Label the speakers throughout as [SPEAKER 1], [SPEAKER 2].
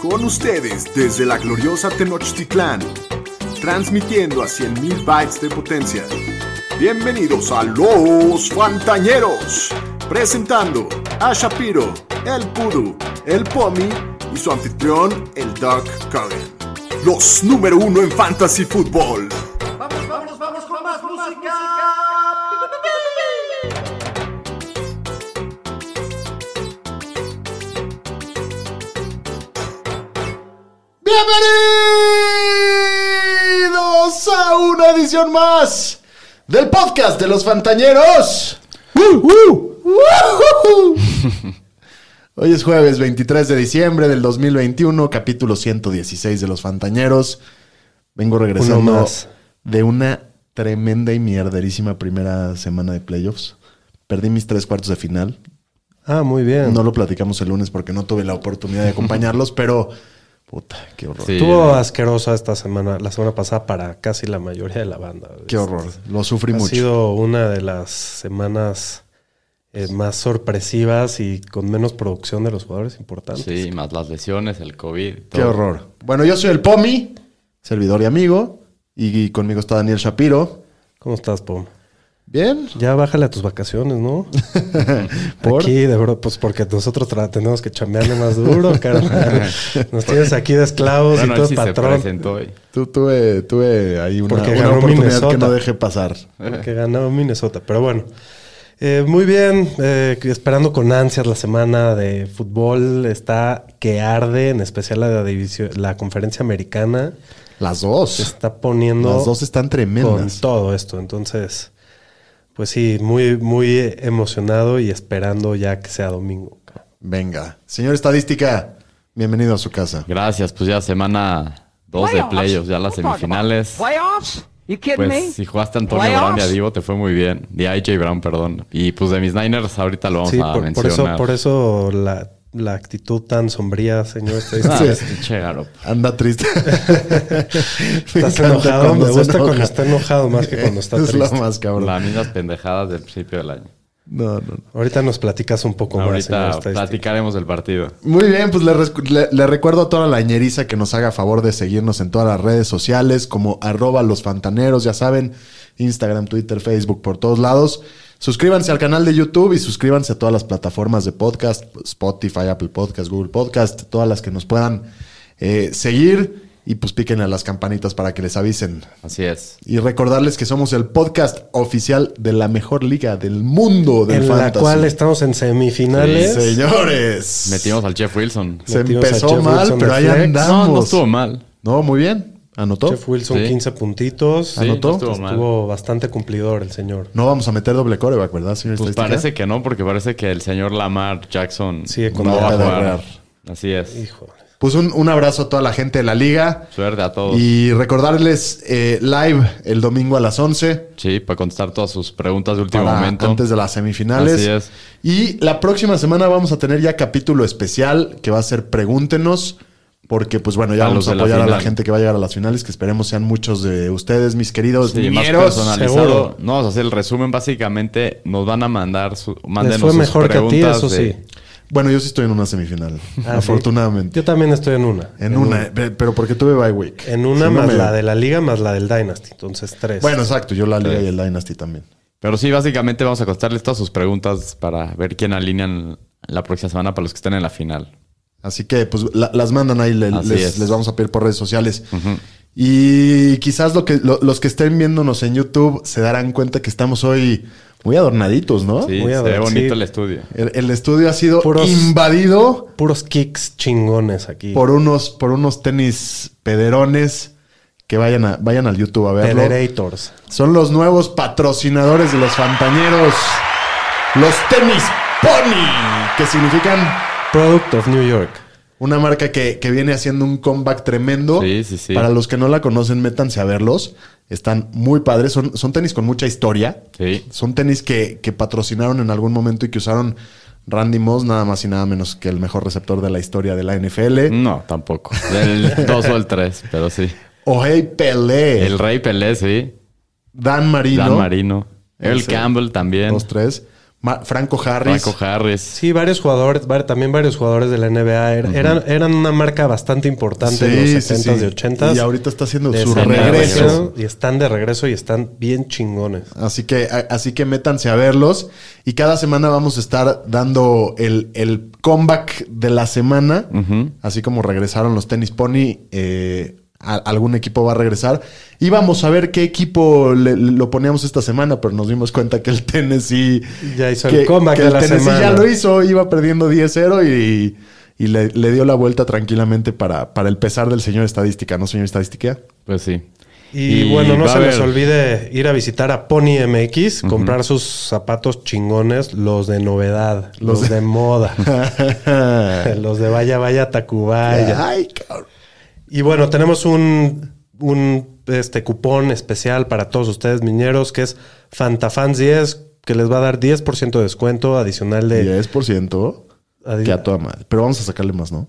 [SPEAKER 1] Con ustedes desde la gloriosa Tenochtitlán, transmitiendo a 100.000 bytes de potencia. Bienvenidos a Los Fantañeros, presentando a Shapiro, el Pudu, el Pomi y su anfitrión, el Doc Curry. Los número uno en Fantasy Football.
[SPEAKER 2] Vamos, vamos, vamos con más música.
[SPEAKER 3] Bienvenidos a una edición más del podcast de los Fantañeros. Ujú. Hoy es jueves 23 de diciembre del 2021, capítulo 116 de los Fantañeros. Vengo regresando
[SPEAKER 4] Uno más.
[SPEAKER 3] de una tremenda y mierderísima primera semana de playoffs. Perdí mis tres cuartos de final,
[SPEAKER 4] Ah, muy bien.
[SPEAKER 3] no lo platicamos el lunes porque no tuve la oportunidad de acompañarlos, pero puta, qué horror.
[SPEAKER 5] Sí,
[SPEAKER 4] Estuvo asquerosa esta semana, la semana pasada para casi la mayoría de la banda.
[SPEAKER 3] Qué horror. Lo sufrí
[SPEAKER 4] Pues, Ha
[SPEAKER 3] mucho.
[SPEAKER 4] sido una de las semanas eh, más sorpresivas y con menos producción de los jugadores importantes.
[SPEAKER 5] sí, más las lesiones, el COVID. todo.
[SPEAKER 3] Qué horror. Bueno, yo soy el Pomi, servidor y amigo, y conmigo está Daniel Shapiro.
[SPEAKER 4] ¿Cómo estás, Pom?
[SPEAKER 3] Bien.
[SPEAKER 4] Ya bájale a tus vacaciones, ¿no?
[SPEAKER 3] ¿Por?
[SPEAKER 4] Aquí, de verdad, pues porque nosotros tra- tenemos que chambearle más duro, carnal. Nos tienes aquí de esclavos
[SPEAKER 5] Bueno,
[SPEAKER 4] y
[SPEAKER 5] él
[SPEAKER 4] todo
[SPEAKER 5] sí se
[SPEAKER 4] patrón.
[SPEAKER 5] presentó hoy.
[SPEAKER 3] Tú, tuve, tuve ahí una,
[SPEAKER 4] Porque
[SPEAKER 3] una
[SPEAKER 4] ganó
[SPEAKER 3] oportunidad que
[SPEAKER 4] Minnesota.
[SPEAKER 3] no dejé pasar.
[SPEAKER 4] que ganó Minnesota. Pero bueno, Eh, muy bien. eh, esperando con ansias la semana de fútbol. Está que arde, en especial la, de división, la conferencia americana.
[SPEAKER 3] Las
[SPEAKER 4] Se
[SPEAKER 3] dos.
[SPEAKER 4] está poniendo
[SPEAKER 3] Las dos están
[SPEAKER 4] con
[SPEAKER 3] tremendas.
[SPEAKER 4] todo esto. Entonces, pues sí, muy, muy emocionado y esperando ya que sea domingo.
[SPEAKER 3] Venga. Señor Estadística, bienvenido a su casa.
[SPEAKER 5] Gracias, pues ya semana 2 de playoffs, ya las semifinales.
[SPEAKER 2] Playoffs? You kidding
[SPEAKER 5] Pues si jugaste a Antonio
[SPEAKER 2] ¿Playoffs?
[SPEAKER 5] Brown y a Divo, te fue muy bien. De AJ Brown, perdón. Y pues de mis Niners, ahorita lo vamos
[SPEAKER 4] Sí,
[SPEAKER 5] a
[SPEAKER 4] por, por eso,
[SPEAKER 5] mencionar.
[SPEAKER 4] por eso la, la actitud tan sombría, señor.
[SPEAKER 5] Ah,
[SPEAKER 4] estadística.
[SPEAKER 5] es pinche Garo.
[SPEAKER 3] Anda triste. Me
[SPEAKER 4] Estás
[SPEAKER 3] encanta
[SPEAKER 4] enojado,
[SPEAKER 3] cuando
[SPEAKER 4] me
[SPEAKER 3] se
[SPEAKER 4] gusta
[SPEAKER 3] enoja.
[SPEAKER 4] cuando está enojado más que cuando está
[SPEAKER 3] Es
[SPEAKER 4] triste.
[SPEAKER 3] lo más cabrón.
[SPEAKER 5] Las mismas pendejadas del principio del año.
[SPEAKER 3] No, no, no.
[SPEAKER 4] Ahorita nos platicas un poco más, señor
[SPEAKER 5] Ahorita
[SPEAKER 4] estadística.
[SPEAKER 5] platicaremos del partido.
[SPEAKER 3] Muy bien, pues le, rescu- le- le recuerdo a toda la ñeriza que nos haga favor de seguirnos en todas las redes sociales como arroba los fantaneros, ya saben, Instagram, Twitter, Facebook, por todos lados. Suscríbanse al canal de YouTube y suscríbanse a todas las plataformas de podcast, Spotify, Apple Podcast, Google Podcast, todas las que nos puedan eh, seguir y pues píquenle a las campanitas para que les avisen.
[SPEAKER 5] Así es.
[SPEAKER 3] Y recordarles que somos el podcast oficial de la mejor liga del mundo del
[SPEAKER 4] en
[SPEAKER 3] fantasy.
[SPEAKER 4] la cual estamos en semifinales.
[SPEAKER 3] Señores.
[SPEAKER 5] Metimos al Chef Wilson.
[SPEAKER 3] Se
[SPEAKER 4] Metimos a
[SPEAKER 3] empezó
[SPEAKER 4] Jeff
[SPEAKER 3] mal,
[SPEAKER 4] Wilson
[SPEAKER 3] pero
[SPEAKER 4] de
[SPEAKER 3] ahí
[SPEAKER 4] flex.
[SPEAKER 3] andamos.
[SPEAKER 5] No, no estuvo mal.
[SPEAKER 3] No, muy bien. Anotó.
[SPEAKER 4] Chef Wilson,
[SPEAKER 5] Sí.
[SPEAKER 4] 15 puntitos.
[SPEAKER 5] Sí,
[SPEAKER 3] ¿Anotó?
[SPEAKER 5] no estuvo mal.
[SPEAKER 4] Estuvo bastante cumplidor el señor.
[SPEAKER 3] No vamos a meter doble coreback, ¿verdad, señor
[SPEAKER 5] Pues
[SPEAKER 3] estadística?
[SPEAKER 5] parece que no, porque parece que el señor Lamar Jackson
[SPEAKER 4] Sigue con
[SPEAKER 5] no va a
[SPEAKER 3] nada de
[SPEAKER 5] jugar.
[SPEAKER 3] errar.
[SPEAKER 5] Así es.
[SPEAKER 4] Hijo.
[SPEAKER 3] Pues un, un abrazo a toda la gente de la liga.
[SPEAKER 5] Suerte a todos.
[SPEAKER 3] Y recordarles eh, live el domingo a las 11.
[SPEAKER 5] Sí, para contestar todas sus preguntas de último
[SPEAKER 3] para
[SPEAKER 5] momento.
[SPEAKER 3] Antes de las semifinales.
[SPEAKER 5] Así es.
[SPEAKER 3] Y la próxima semana vamos a tener ya capítulo especial que va a ser Pregúntenos. Porque, pues bueno, ya
[SPEAKER 5] A
[SPEAKER 3] vamos
[SPEAKER 5] los
[SPEAKER 3] a
[SPEAKER 5] de la
[SPEAKER 3] apoyar a la
[SPEAKER 5] final.
[SPEAKER 3] gente que va a llegar a las finales, que esperemos sean muchos de ustedes, mis queridos
[SPEAKER 5] Sí, más
[SPEAKER 3] ñeros.
[SPEAKER 5] personalizado.
[SPEAKER 4] seguro.
[SPEAKER 5] No, vamos a hacer el resumen. Básicamente, nos van a mandar su, mándenos
[SPEAKER 4] Les fue
[SPEAKER 5] sus
[SPEAKER 4] mejor que a ti,
[SPEAKER 5] preguntas
[SPEAKER 4] eso
[SPEAKER 5] de-
[SPEAKER 4] sí.
[SPEAKER 3] Bueno, yo sí estoy en una semifinal,
[SPEAKER 4] Ah, sí.
[SPEAKER 3] afortunadamente.
[SPEAKER 4] Yo también estoy en una.
[SPEAKER 3] En una, pe- pero porque tuve bye week.
[SPEAKER 4] En una
[SPEAKER 3] Si no
[SPEAKER 4] más
[SPEAKER 3] me-
[SPEAKER 4] la de la liga más la del Dynasty. Entonces, tres.
[SPEAKER 3] Bueno, exacto, yo la Liga
[SPEAKER 5] Tres.
[SPEAKER 3] y el Dynasty también.
[SPEAKER 5] Pero sí, básicamente vamos a contestarles todas sus preguntas para ver quién alinean la próxima semana para los que estén en la final.
[SPEAKER 3] Así que, pues, la- las mandan ahí, le-
[SPEAKER 5] Así
[SPEAKER 3] les,
[SPEAKER 5] es.
[SPEAKER 3] les vamos a pedir por redes sociales. Y quizás lo que, lo- los que estén viéndonos en YouTube se darán cuenta que estamos hoy muy adornaditos, ¿no?
[SPEAKER 5] Sí,
[SPEAKER 4] Voy a
[SPEAKER 5] se ve
[SPEAKER 4] ver,
[SPEAKER 5] bonito
[SPEAKER 4] sí.
[SPEAKER 5] el estudio.
[SPEAKER 3] El, el estudio ha sido
[SPEAKER 4] Puros-
[SPEAKER 3] invadido
[SPEAKER 4] Puros kicks chingones aquí.
[SPEAKER 3] por unos, por unos tenis pederones que vayan, a, vayan al YouTube a verlo.
[SPEAKER 4] Pederators.
[SPEAKER 3] Son los nuevos patrocinadores de los Fantañeros. Los tenis Pony, que significan
[SPEAKER 4] Product of New York.
[SPEAKER 3] una marca que, que viene haciendo un comeback tremendo.
[SPEAKER 5] Sí, sí, sí.
[SPEAKER 3] Para los que no la conocen, métanse a verlos. Están muy padres. Son, son tenis con mucha historia.
[SPEAKER 5] Sí.
[SPEAKER 3] Son tenis que, que patrocinaron en algún momento y que usaron Randy Moss, nada más y nada menos que el mejor receptor de la historia de la NFL.
[SPEAKER 5] No, tampoco. Del 2 o el 3, pero sí.
[SPEAKER 3] Ohey Pelé,
[SPEAKER 5] El Rey Pelé, sí.
[SPEAKER 3] Dan Marino.
[SPEAKER 5] Dan Marino. Earl
[SPEAKER 3] Ese.
[SPEAKER 5] Campbell también.
[SPEAKER 3] Dos, tres. Ma- Franco Harris.
[SPEAKER 5] Franco Harris.
[SPEAKER 4] Sí, varios jugadores, var- también varios jugadores de la NBA er- eran, eran una marca bastante importante en los 70s y 80s.
[SPEAKER 3] Y ahorita está haciendo
[SPEAKER 4] De
[SPEAKER 3] su
[SPEAKER 4] escena,
[SPEAKER 3] regreso.
[SPEAKER 4] Y están de regreso y están bien chingones.
[SPEAKER 3] Así que, a- así que métanse a verlos. Y cada semana vamos a estar dando el, el comeback de la semana. Así como regresaron los tenis pony, eh, a- algún equipo va a regresar. Íbamos a ver qué equipo le- lo poníamos esta semana, pero nos dimos cuenta que el Tennessee.
[SPEAKER 4] Ya hizo el comeback
[SPEAKER 3] que
[SPEAKER 4] de
[SPEAKER 3] el
[SPEAKER 4] la
[SPEAKER 3] Tennessee
[SPEAKER 4] semana.
[SPEAKER 3] ya lo hizo, iba perdiendo 10-0 y. y le, le dio la vuelta tranquilamente para, para el pesar del señor estadística, ¿no, señor estadística?
[SPEAKER 5] Pues sí.
[SPEAKER 4] Y, bueno, no
[SPEAKER 5] va a
[SPEAKER 4] se les
[SPEAKER 5] haber-
[SPEAKER 4] olvide ir a visitar a Pony MX, comprar sus zapatos chingones, los de novedad, los, de... moda, los de vaya, vaya, tacubaya.
[SPEAKER 3] Ay, cabrón.
[SPEAKER 4] Y bueno, tenemos un, un este, cupón especial para todos ustedes, miñeros, que es FantaFans10, que les va a dar 10% de descuento adicional de...
[SPEAKER 3] 10%.
[SPEAKER 4] adi-
[SPEAKER 3] Que a toda madre. Pero vamos a sacarle más, ¿no?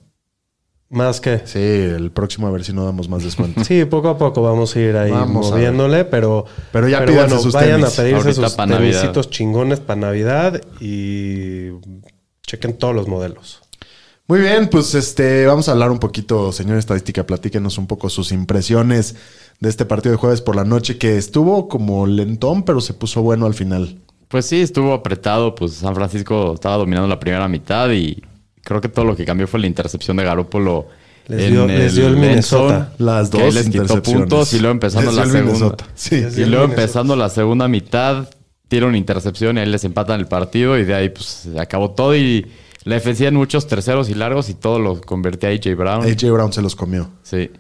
[SPEAKER 4] Más que...
[SPEAKER 3] Sí, el próximo a ver si no damos más descuento.
[SPEAKER 4] Sí, poco a poco vamos a ir ahí
[SPEAKER 3] Vamos a
[SPEAKER 4] moviéndole, pero,
[SPEAKER 3] Pero ya pídanse sus
[SPEAKER 4] vayan
[SPEAKER 3] tenis.
[SPEAKER 4] a pedirse
[SPEAKER 5] Ahorita
[SPEAKER 4] sus
[SPEAKER 5] pa' Navidad.
[SPEAKER 4] tenisitos chingones para Navidad y chequen todos los modelos.
[SPEAKER 3] Muy bien, pues este, vamos a hablar un poquito, señor estadística, platíquenos un poco sus impresiones de este partido de jueves por la noche que estuvo como lentón, pero se puso bueno al final.
[SPEAKER 5] Pues sí, estuvo apretado. Pues San Francisco estaba dominando la primera mitad y creo que todo lo que cambió fue la intercepción de Garópolo.
[SPEAKER 4] Les dio- les dio el
[SPEAKER 5] end
[SPEAKER 4] Minnesota.
[SPEAKER 5] zone,
[SPEAKER 3] Las
[SPEAKER 5] que
[SPEAKER 3] dos
[SPEAKER 5] les quitó
[SPEAKER 3] intercepciones.
[SPEAKER 5] puntos y luego empezando
[SPEAKER 3] Les
[SPEAKER 5] la
[SPEAKER 3] dio el
[SPEAKER 5] segunda.
[SPEAKER 3] Minnesota. Sí.
[SPEAKER 4] Les
[SPEAKER 5] Y
[SPEAKER 4] dio el
[SPEAKER 5] luego
[SPEAKER 4] Minnesota.
[SPEAKER 5] empezando la segunda mitad, tira una intercepción y ahí les empatan el partido y de ahí pues se acabó todo y la defensiva en muchos terceros y largos y todo lo convertía a AJ Brown.
[SPEAKER 3] AJ Brown se los comió.
[SPEAKER 5] Sí.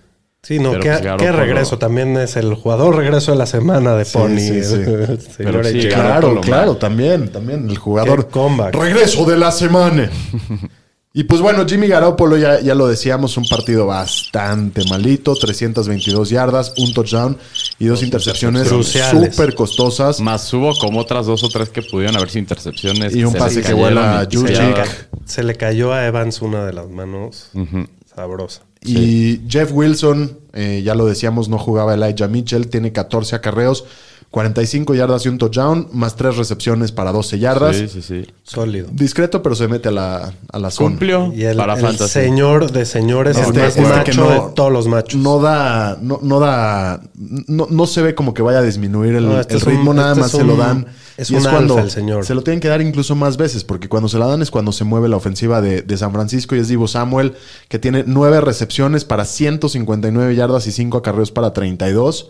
[SPEAKER 4] Sí, no,
[SPEAKER 5] Pero
[SPEAKER 4] qué,
[SPEAKER 5] pues
[SPEAKER 4] qué
[SPEAKER 5] Garoppolo-
[SPEAKER 4] regreso. También es el jugador regreso de la semana de
[SPEAKER 3] Sí,
[SPEAKER 4] Pony.
[SPEAKER 3] sí, sí.
[SPEAKER 4] Señor
[SPEAKER 5] Pero sí,
[SPEAKER 4] H.
[SPEAKER 5] Garoppolo,
[SPEAKER 3] Claro,
[SPEAKER 5] man.
[SPEAKER 3] claro, también, también el jugador.
[SPEAKER 4] Qué comeback.
[SPEAKER 3] Regreso de la semana. Y pues bueno, Jimmy Garoppolo, ya, ya lo decíamos, un partido bastante malito, 322 yardas, un touchdown y dos intercepciones
[SPEAKER 4] Cruciales.
[SPEAKER 3] súper costosas.
[SPEAKER 5] Más hubo como otras dos o tres que pudieron haber sido intercepciones.
[SPEAKER 3] Y un
[SPEAKER 5] se
[SPEAKER 3] pase
[SPEAKER 5] les
[SPEAKER 3] que vuela
[SPEAKER 5] cayeron y-
[SPEAKER 3] a
[SPEAKER 5] y se
[SPEAKER 3] Jurczyk.
[SPEAKER 5] llevaron.
[SPEAKER 4] Se le cayó a Evans una de las manos. Sabrosa.
[SPEAKER 3] Y Jeff Wilson, eh, ya lo decíamos, no jugaba Elijah Mitchell, tiene 14 acarreos, 45 yardas y un touchdown, más tres recepciones para 12 yardas.
[SPEAKER 5] Sí, sí, sí.
[SPEAKER 4] Sólido.
[SPEAKER 3] Discreto, pero se mete a la, a la zona.
[SPEAKER 5] Cumplió
[SPEAKER 4] Y el,
[SPEAKER 5] para
[SPEAKER 4] el
[SPEAKER 5] Fantasy.
[SPEAKER 4] señor de señores,
[SPEAKER 3] No,
[SPEAKER 4] el
[SPEAKER 3] este-
[SPEAKER 4] más
[SPEAKER 3] este que
[SPEAKER 4] macho
[SPEAKER 3] no-
[SPEAKER 4] de todos los machos.
[SPEAKER 3] no da, no, no da, no, no se ve como que vaya a disminuir el,
[SPEAKER 4] No, este
[SPEAKER 3] el
[SPEAKER 4] es un-
[SPEAKER 3] ritmo, nada
[SPEAKER 4] este
[SPEAKER 3] más
[SPEAKER 4] es
[SPEAKER 3] se lo
[SPEAKER 4] un-
[SPEAKER 3] dan.
[SPEAKER 4] es
[SPEAKER 3] Y
[SPEAKER 4] un alfa
[SPEAKER 3] cuando
[SPEAKER 4] el señor.
[SPEAKER 3] se lo tienen que dar incluso más veces, porque cuando se la dan es cuando se mueve la ofensiva de, de San Francisco y es Divo Samuel, que tiene nueve recepciones para 159 yardas y cinco acarreos para 32.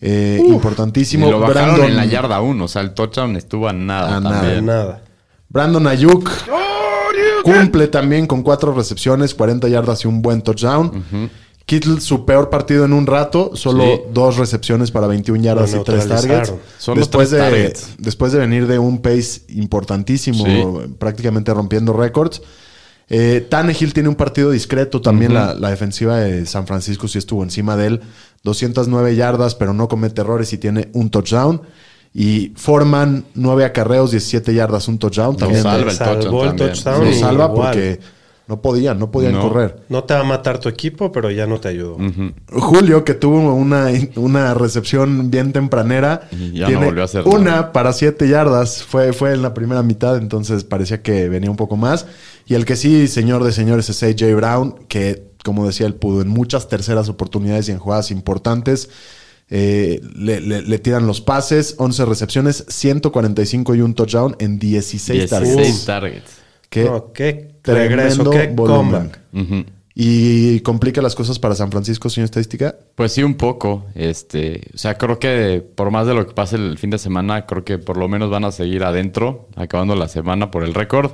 [SPEAKER 3] Eh,
[SPEAKER 5] Y
[SPEAKER 3] importantísimo.
[SPEAKER 5] lo bajaron
[SPEAKER 3] Brandon-
[SPEAKER 5] en la yarda 1. O sea, el touchdown estuvo a nada.
[SPEAKER 3] A nada.
[SPEAKER 5] también.
[SPEAKER 4] Nada.
[SPEAKER 3] Brandon Ayuk cumple también con cuatro recepciones, 40 yardas y un buen touchdown. Kittle, su peor partido en un rato, solo
[SPEAKER 5] Sí.
[SPEAKER 3] dos recepciones para 21 yardas
[SPEAKER 4] Lo
[SPEAKER 3] y tres
[SPEAKER 4] neutralizaron.
[SPEAKER 3] targets.
[SPEAKER 5] Solo
[SPEAKER 3] Después,
[SPEAKER 5] tres
[SPEAKER 3] de,
[SPEAKER 5] targets.
[SPEAKER 3] después de venir de un pace importantísimo,
[SPEAKER 5] Sí.
[SPEAKER 3] prácticamente rompiendo récords. Eh, Tannehill tiene un partido discreto. También la, la defensiva de San Francisco sí estuvo encima de él. 209 yardas, pero no comete errores y tiene un touchdown. Y Forman, 9 acarreos, 17 yardas, un touchdown. También
[SPEAKER 5] salva el
[SPEAKER 4] Este, Salvó
[SPEAKER 5] touchdown
[SPEAKER 4] el
[SPEAKER 5] también.
[SPEAKER 4] touchdown.
[SPEAKER 3] lo
[SPEAKER 4] y
[SPEAKER 3] salva
[SPEAKER 4] igual.
[SPEAKER 3] porque no podían, no podían
[SPEAKER 5] No.
[SPEAKER 3] correr.
[SPEAKER 4] No te va a matar tu equipo, pero ya no te ayudó.
[SPEAKER 5] Mm.
[SPEAKER 3] Julio, que tuvo una, una recepción bien tempranera,
[SPEAKER 5] Y ya no volvió a hacer nada.
[SPEAKER 3] una para siete yardas. Fue, fue en la primera mitad, entonces parecía que venía un poco más. Y el que sí, señor de señores, es AJ Brown, que, como decía, él pudo en muchas terceras oportunidades y en jugadas importantes. eh, le, le- le tiran los pases, 11 recepciones, 145 y un touchdown en 16
[SPEAKER 5] 16
[SPEAKER 3] targets.
[SPEAKER 5] targets.
[SPEAKER 3] Qué
[SPEAKER 4] No, qué
[SPEAKER 3] tremendo
[SPEAKER 4] regreso, qué
[SPEAKER 3] volumen.
[SPEAKER 4] comeback.
[SPEAKER 5] Ujú.
[SPEAKER 3] Y complica las cosas para San Francisco, señor estadística.
[SPEAKER 5] Pues sí, un poco. Este, o sea, creo que por más de lo que pase el fin de semana, creo que por lo menos van a seguir adentro, acabando la semana por el récord.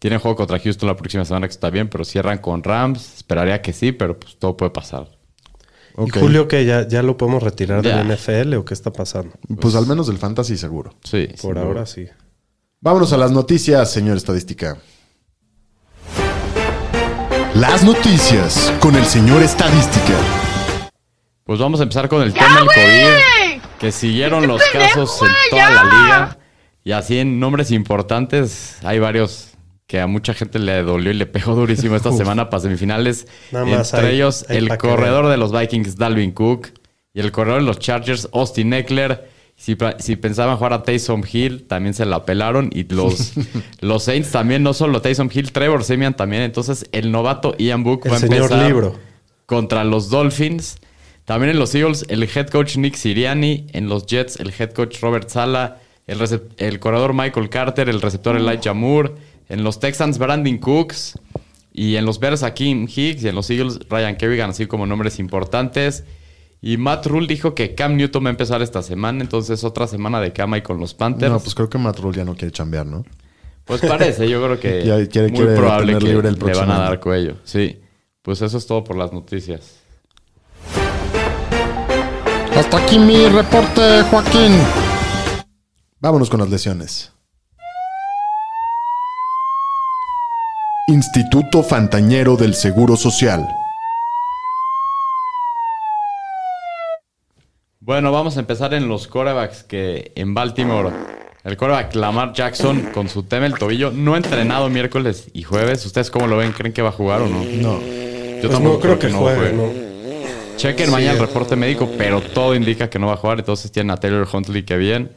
[SPEAKER 5] Tienen juego contra Houston la próxima semana, que está bien, pero cierran con Rams. Esperaría que sí, pero pues todo puede pasar.
[SPEAKER 3] Ok.
[SPEAKER 4] ¿Y Julio que ya, ya lo podemos retirar
[SPEAKER 5] Ya.
[SPEAKER 4] del NFL o qué está pasando?
[SPEAKER 3] Pues, al menos del fantasy seguro.
[SPEAKER 5] Sí. sin
[SPEAKER 4] Por
[SPEAKER 5] duda.
[SPEAKER 4] ahora sí.
[SPEAKER 3] Vámonos a las noticias, señor estadística. Las noticias con el señor estadística.
[SPEAKER 5] Pues vamos a empezar con el tema del COVID, que siguieron los casos en toda la liga. Y así en nombres importantes hay varios que a mucha gente le dolió y le pegó durísimo esta semana para semifinales.
[SPEAKER 4] Nada más
[SPEAKER 5] Entre
[SPEAKER 4] hay-
[SPEAKER 5] ellos,
[SPEAKER 4] hay
[SPEAKER 5] el
[SPEAKER 4] pa' que
[SPEAKER 5] corredor de los Vikings, Dalvin Cook, y el corredor de los Chargers, Austin Eckler, Si, pa- si pensaban jugar a Taysom Hill, también se la pelaron. Y los, los Saints también, no solo Taysom Hill, Trevor Simeon también. Entonces, el novato Ian Book
[SPEAKER 4] El
[SPEAKER 5] va a
[SPEAKER 4] señor
[SPEAKER 5] empezar
[SPEAKER 4] Libro.
[SPEAKER 5] contra los Dolphins. También en los Eagles, el head coach Nick Siriani. En los Jets, el head coach Robert Sala. El, recep- el corredor Michael Carter. El receptor
[SPEAKER 3] Mm.
[SPEAKER 5] Elijah Moore. En los Texans, Brandon Cooks. Y en los Bears, a Kim Hicks. Y en los Eagles, Ryan Kerrigan, así como nombres importantes. Y Matt Rule dijo que Cam Newton va a empezar esta semana. Entonces, otra semana de cama y con los Panthers.
[SPEAKER 3] No, pues
[SPEAKER 5] pues,
[SPEAKER 3] creo que Matt Rule ya no quiere chambear, ¿no?
[SPEAKER 5] parece, yo creo que
[SPEAKER 3] Ya quiere-
[SPEAKER 5] muy
[SPEAKER 3] quiere
[SPEAKER 5] probable
[SPEAKER 3] tener
[SPEAKER 5] que
[SPEAKER 3] libre el
[SPEAKER 5] le
[SPEAKER 3] próximo
[SPEAKER 5] van a
[SPEAKER 3] año.
[SPEAKER 5] dar cuello. Sí. Pues eso es todo por las noticias.
[SPEAKER 3] Hasta aquí mi reporte, Joaquín. Vámonos con las lesiones. Instituto Fantañero del Seguro Social.
[SPEAKER 5] Bueno, vamos a empezar en los corebacks que en Baltimore. El coreback Lamar Jackson con su tema el tobillo no ha entrenado miércoles y jueves. ¿Ustedes cómo lo ven? ¿Creen que va a jugar o no?
[SPEAKER 3] No.
[SPEAKER 5] Yo
[SPEAKER 4] Pues no creo que juegue,
[SPEAKER 5] juegue.
[SPEAKER 4] ¿no?
[SPEAKER 5] Chequen mañana el reporte médico, pero todo indica que no va a jugar. Entonces tienen a Taylor Huntley que bien.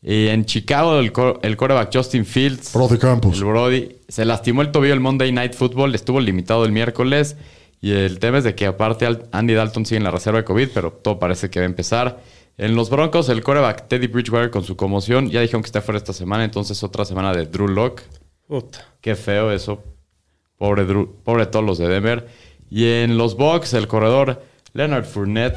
[SPEAKER 5] Y en Chicago el, cor- el coreback Justin Fields.
[SPEAKER 3] Brody Campos.
[SPEAKER 5] El Brody se lastimó el tobillo el Monday Night Football, estuvo limitado el miércoles. Y el tema es de que aparte Al- Andy Dalton sigue en la reserva de COVID, pero todo parece que va a empezar. En los Broncos, el coreback Teddy Bridgewater con su conmoción. Ya dijeron que está fuera esta semana, entonces otra semana de Drew Locke.
[SPEAKER 4] Puta.
[SPEAKER 5] Qué feo eso. Pobre, Drew- pobre todos los de Denver. Y en los Bucks, el corredor Leonard Fournette.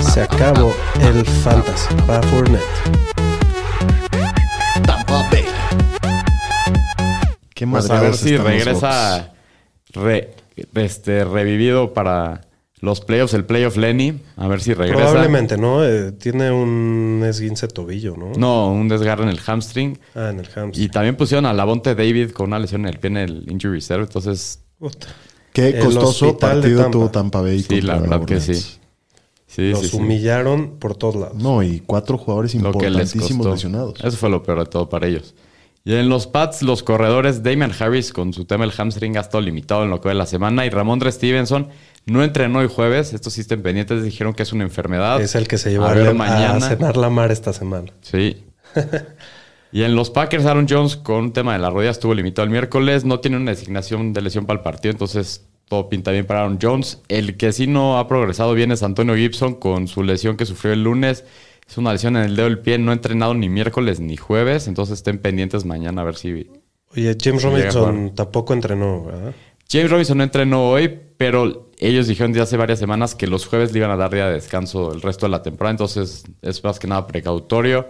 [SPEAKER 4] Se acabó el fantasy para Fournette.
[SPEAKER 3] Qué
[SPEAKER 5] Pues a
[SPEAKER 3] madreados
[SPEAKER 5] ver si
[SPEAKER 3] están los Bucks.
[SPEAKER 5] regresa re- este, revivido para los playoffs, el playoff Lenny. A ver si regresa.
[SPEAKER 4] Probablemente, ¿no? Eh, tiene un esguince tobillo, ¿no?
[SPEAKER 5] No, un desgarro en el hamstring.
[SPEAKER 4] Ah, en el hamstring.
[SPEAKER 5] Y también pusieron a Lavonte David con una lesión en el pie en el injury reserve. Entonces,
[SPEAKER 4] Puta.
[SPEAKER 3] Qué
[SPEAKER 4] El
[SPEAKER 3] costoso
[SPEAKER 4] hospital de
[SPEAKER 3] partido
[SPEAKER 4] Tampa.
[SPEAKER 3] tuvo Tampa Bay.
[SPEAKER 5] sí,
[SPEAKER 3] contra
[SPEAKER 5] la verdad que
[SPEAKER 3] Nueva Orleans.
[SPEAKER 5] sí. Sí,
[SPEAKER 4] Los
[SPEAKER 5] sí, sí.
[SPEAKER 4] humillaron por todos lados.
[SPEAKER 3] No, y cuatro jugadores
[SPEAKER 5] Lo que les
[SPEAKER 3] importantísimos
[SPEAKER 5] costó.
[SPEAKER 3] lesionados.
[SPEAKER 5] Eso fue lo peor de todo para ellos. Y en los Pats, los corredores, Damon Harris con su tema el hamstring ha estado limitado en lo que va de la semana. Y Ramondre Stevenson no entrenó hoy jueves. Estos sí estén pendientes. Dijeron que es una enfermedad.
[SPEAKER 4] Es el que se
[SPEAKER 5] Ah, A
[SPEAKER 4] llevaron
[SPEAKER 5] ver
[SPEAKER 4] a,
[SPEAKER 5] mañana.
[SPEAKER 4] cenar la mar esta semana.
[SPEAKER 5] Sí. y en los Packers, Aaron Jones con un tema de la rodilla estuvo limitado el miércoles. No tiene una designación de lesión para el partido, entonces todo pinta bien para Aaron Jones. El que sí no ha progresado bien es Antonio Gibson con su lesión que sufrió el lunes. Es una lesión en el dedo del pie, no ha entrenado ni miércoles ni jueves, entonces estén pendientes mañana a ver si...
[SPEAKER 4] Oye, James
[SPEAKER 5] Llega a
[SPEAKER 4] Robinson tampoco entrenó, ¿verdad?
[SPEAKER 5] James Robinson no entrenó hoy, pero ellos dijeron desde hace varias semanas que los jueves le iban a dar día de descanso el resto de la temporada, entonces es más que nada precautorio.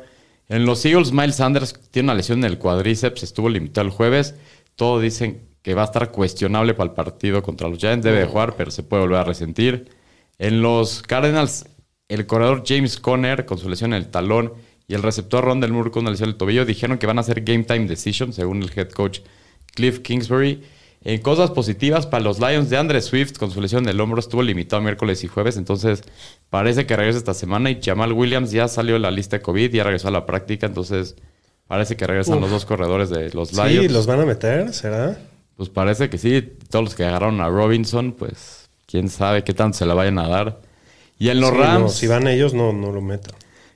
[SPEAKER 5] En los Eagles, Miles Sanders tiene una lesión en el cuadríceps, estuvo limitado el jueves. Todos dicen que va a estar cuestionable para el partido contra los Giants, debe de jugar, pero se puede volver a resentir. En los Cardinals, el corredor James Conner con su lesión en el talón y el receptor Ron del Moore con una lesión en el tobillo dijeron que van a hacer game time decision, según el head coach Cliff Kingsbury. En cosas positivas para los Lions de Andre Swift con su lesión del hombro estuvo limitado miércoles y jueves, entonces parece que regresa esta semana y Jamal Williams ya salió de la lista de COVID, ya regresó a la práctica, entonces parece que regresan los dos corredores de los Lions.
[SPEAKER 4] Sí, los van a meter, ¿será?
[SPEAKER 5] Pues parece que sí. Todos los que agarraron a Robinson, pues quién sabe qué tanto se la vayan a dar. Y en los
[SPEAKER 4] Sí,
[SPEAKER 5] Rams.
[SPEAKER 4] no, si van ellos, no, no lo metan.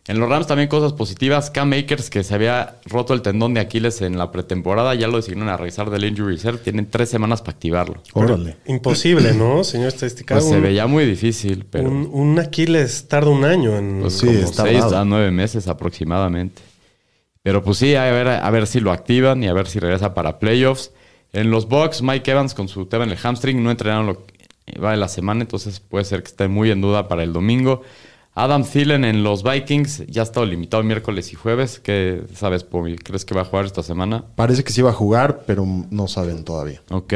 [SPEAKER 5] En los Rams también cosas positivas. Cam Akers, que se había roto el tendón de Aquiles en la pretemporada, ya lo designaron a regresar del injury reserve. Tienen tres semanas para activarlo.
[SPEAKER 3] Órale.
[SPEAKER 4] Imposible, ¿no, señor estadística?
[SPEAKER 5] Pues se
[SPEAKER 4] Un-
[SPEAKER 5] veía muy difícil, pero
[SPEAKER 4] un, un Aquiles tarda un año en...
[SPEAKER 5] pues
[SPEAKER 3] sí,
[SPEAKER 5] como
[SPEAKER 3] está
[SPEAKER 5] seis
[SPEAKER 3] dado.
[SPEAKER 5] a nueve meses aproximadamente. Pero pues sí, a ver, a ver si lo activan y a ver si regresa para playoffs. En los Bucks, Mike Evans con su tema en el hamstring no entrenaron lo que va de la semana, entonces puede ser que esté muy en duda para el domingo. Adam Thielen en los Vikings ya ha estado limitado miércoles y jueves. ¿Qué sabes, Pomi? ¿Crees que va a jugar esta semana?
[SPEAKER 3] Parece que sí iba a jugar, pero no saben todavía.
[SPEAKER 5] Ok.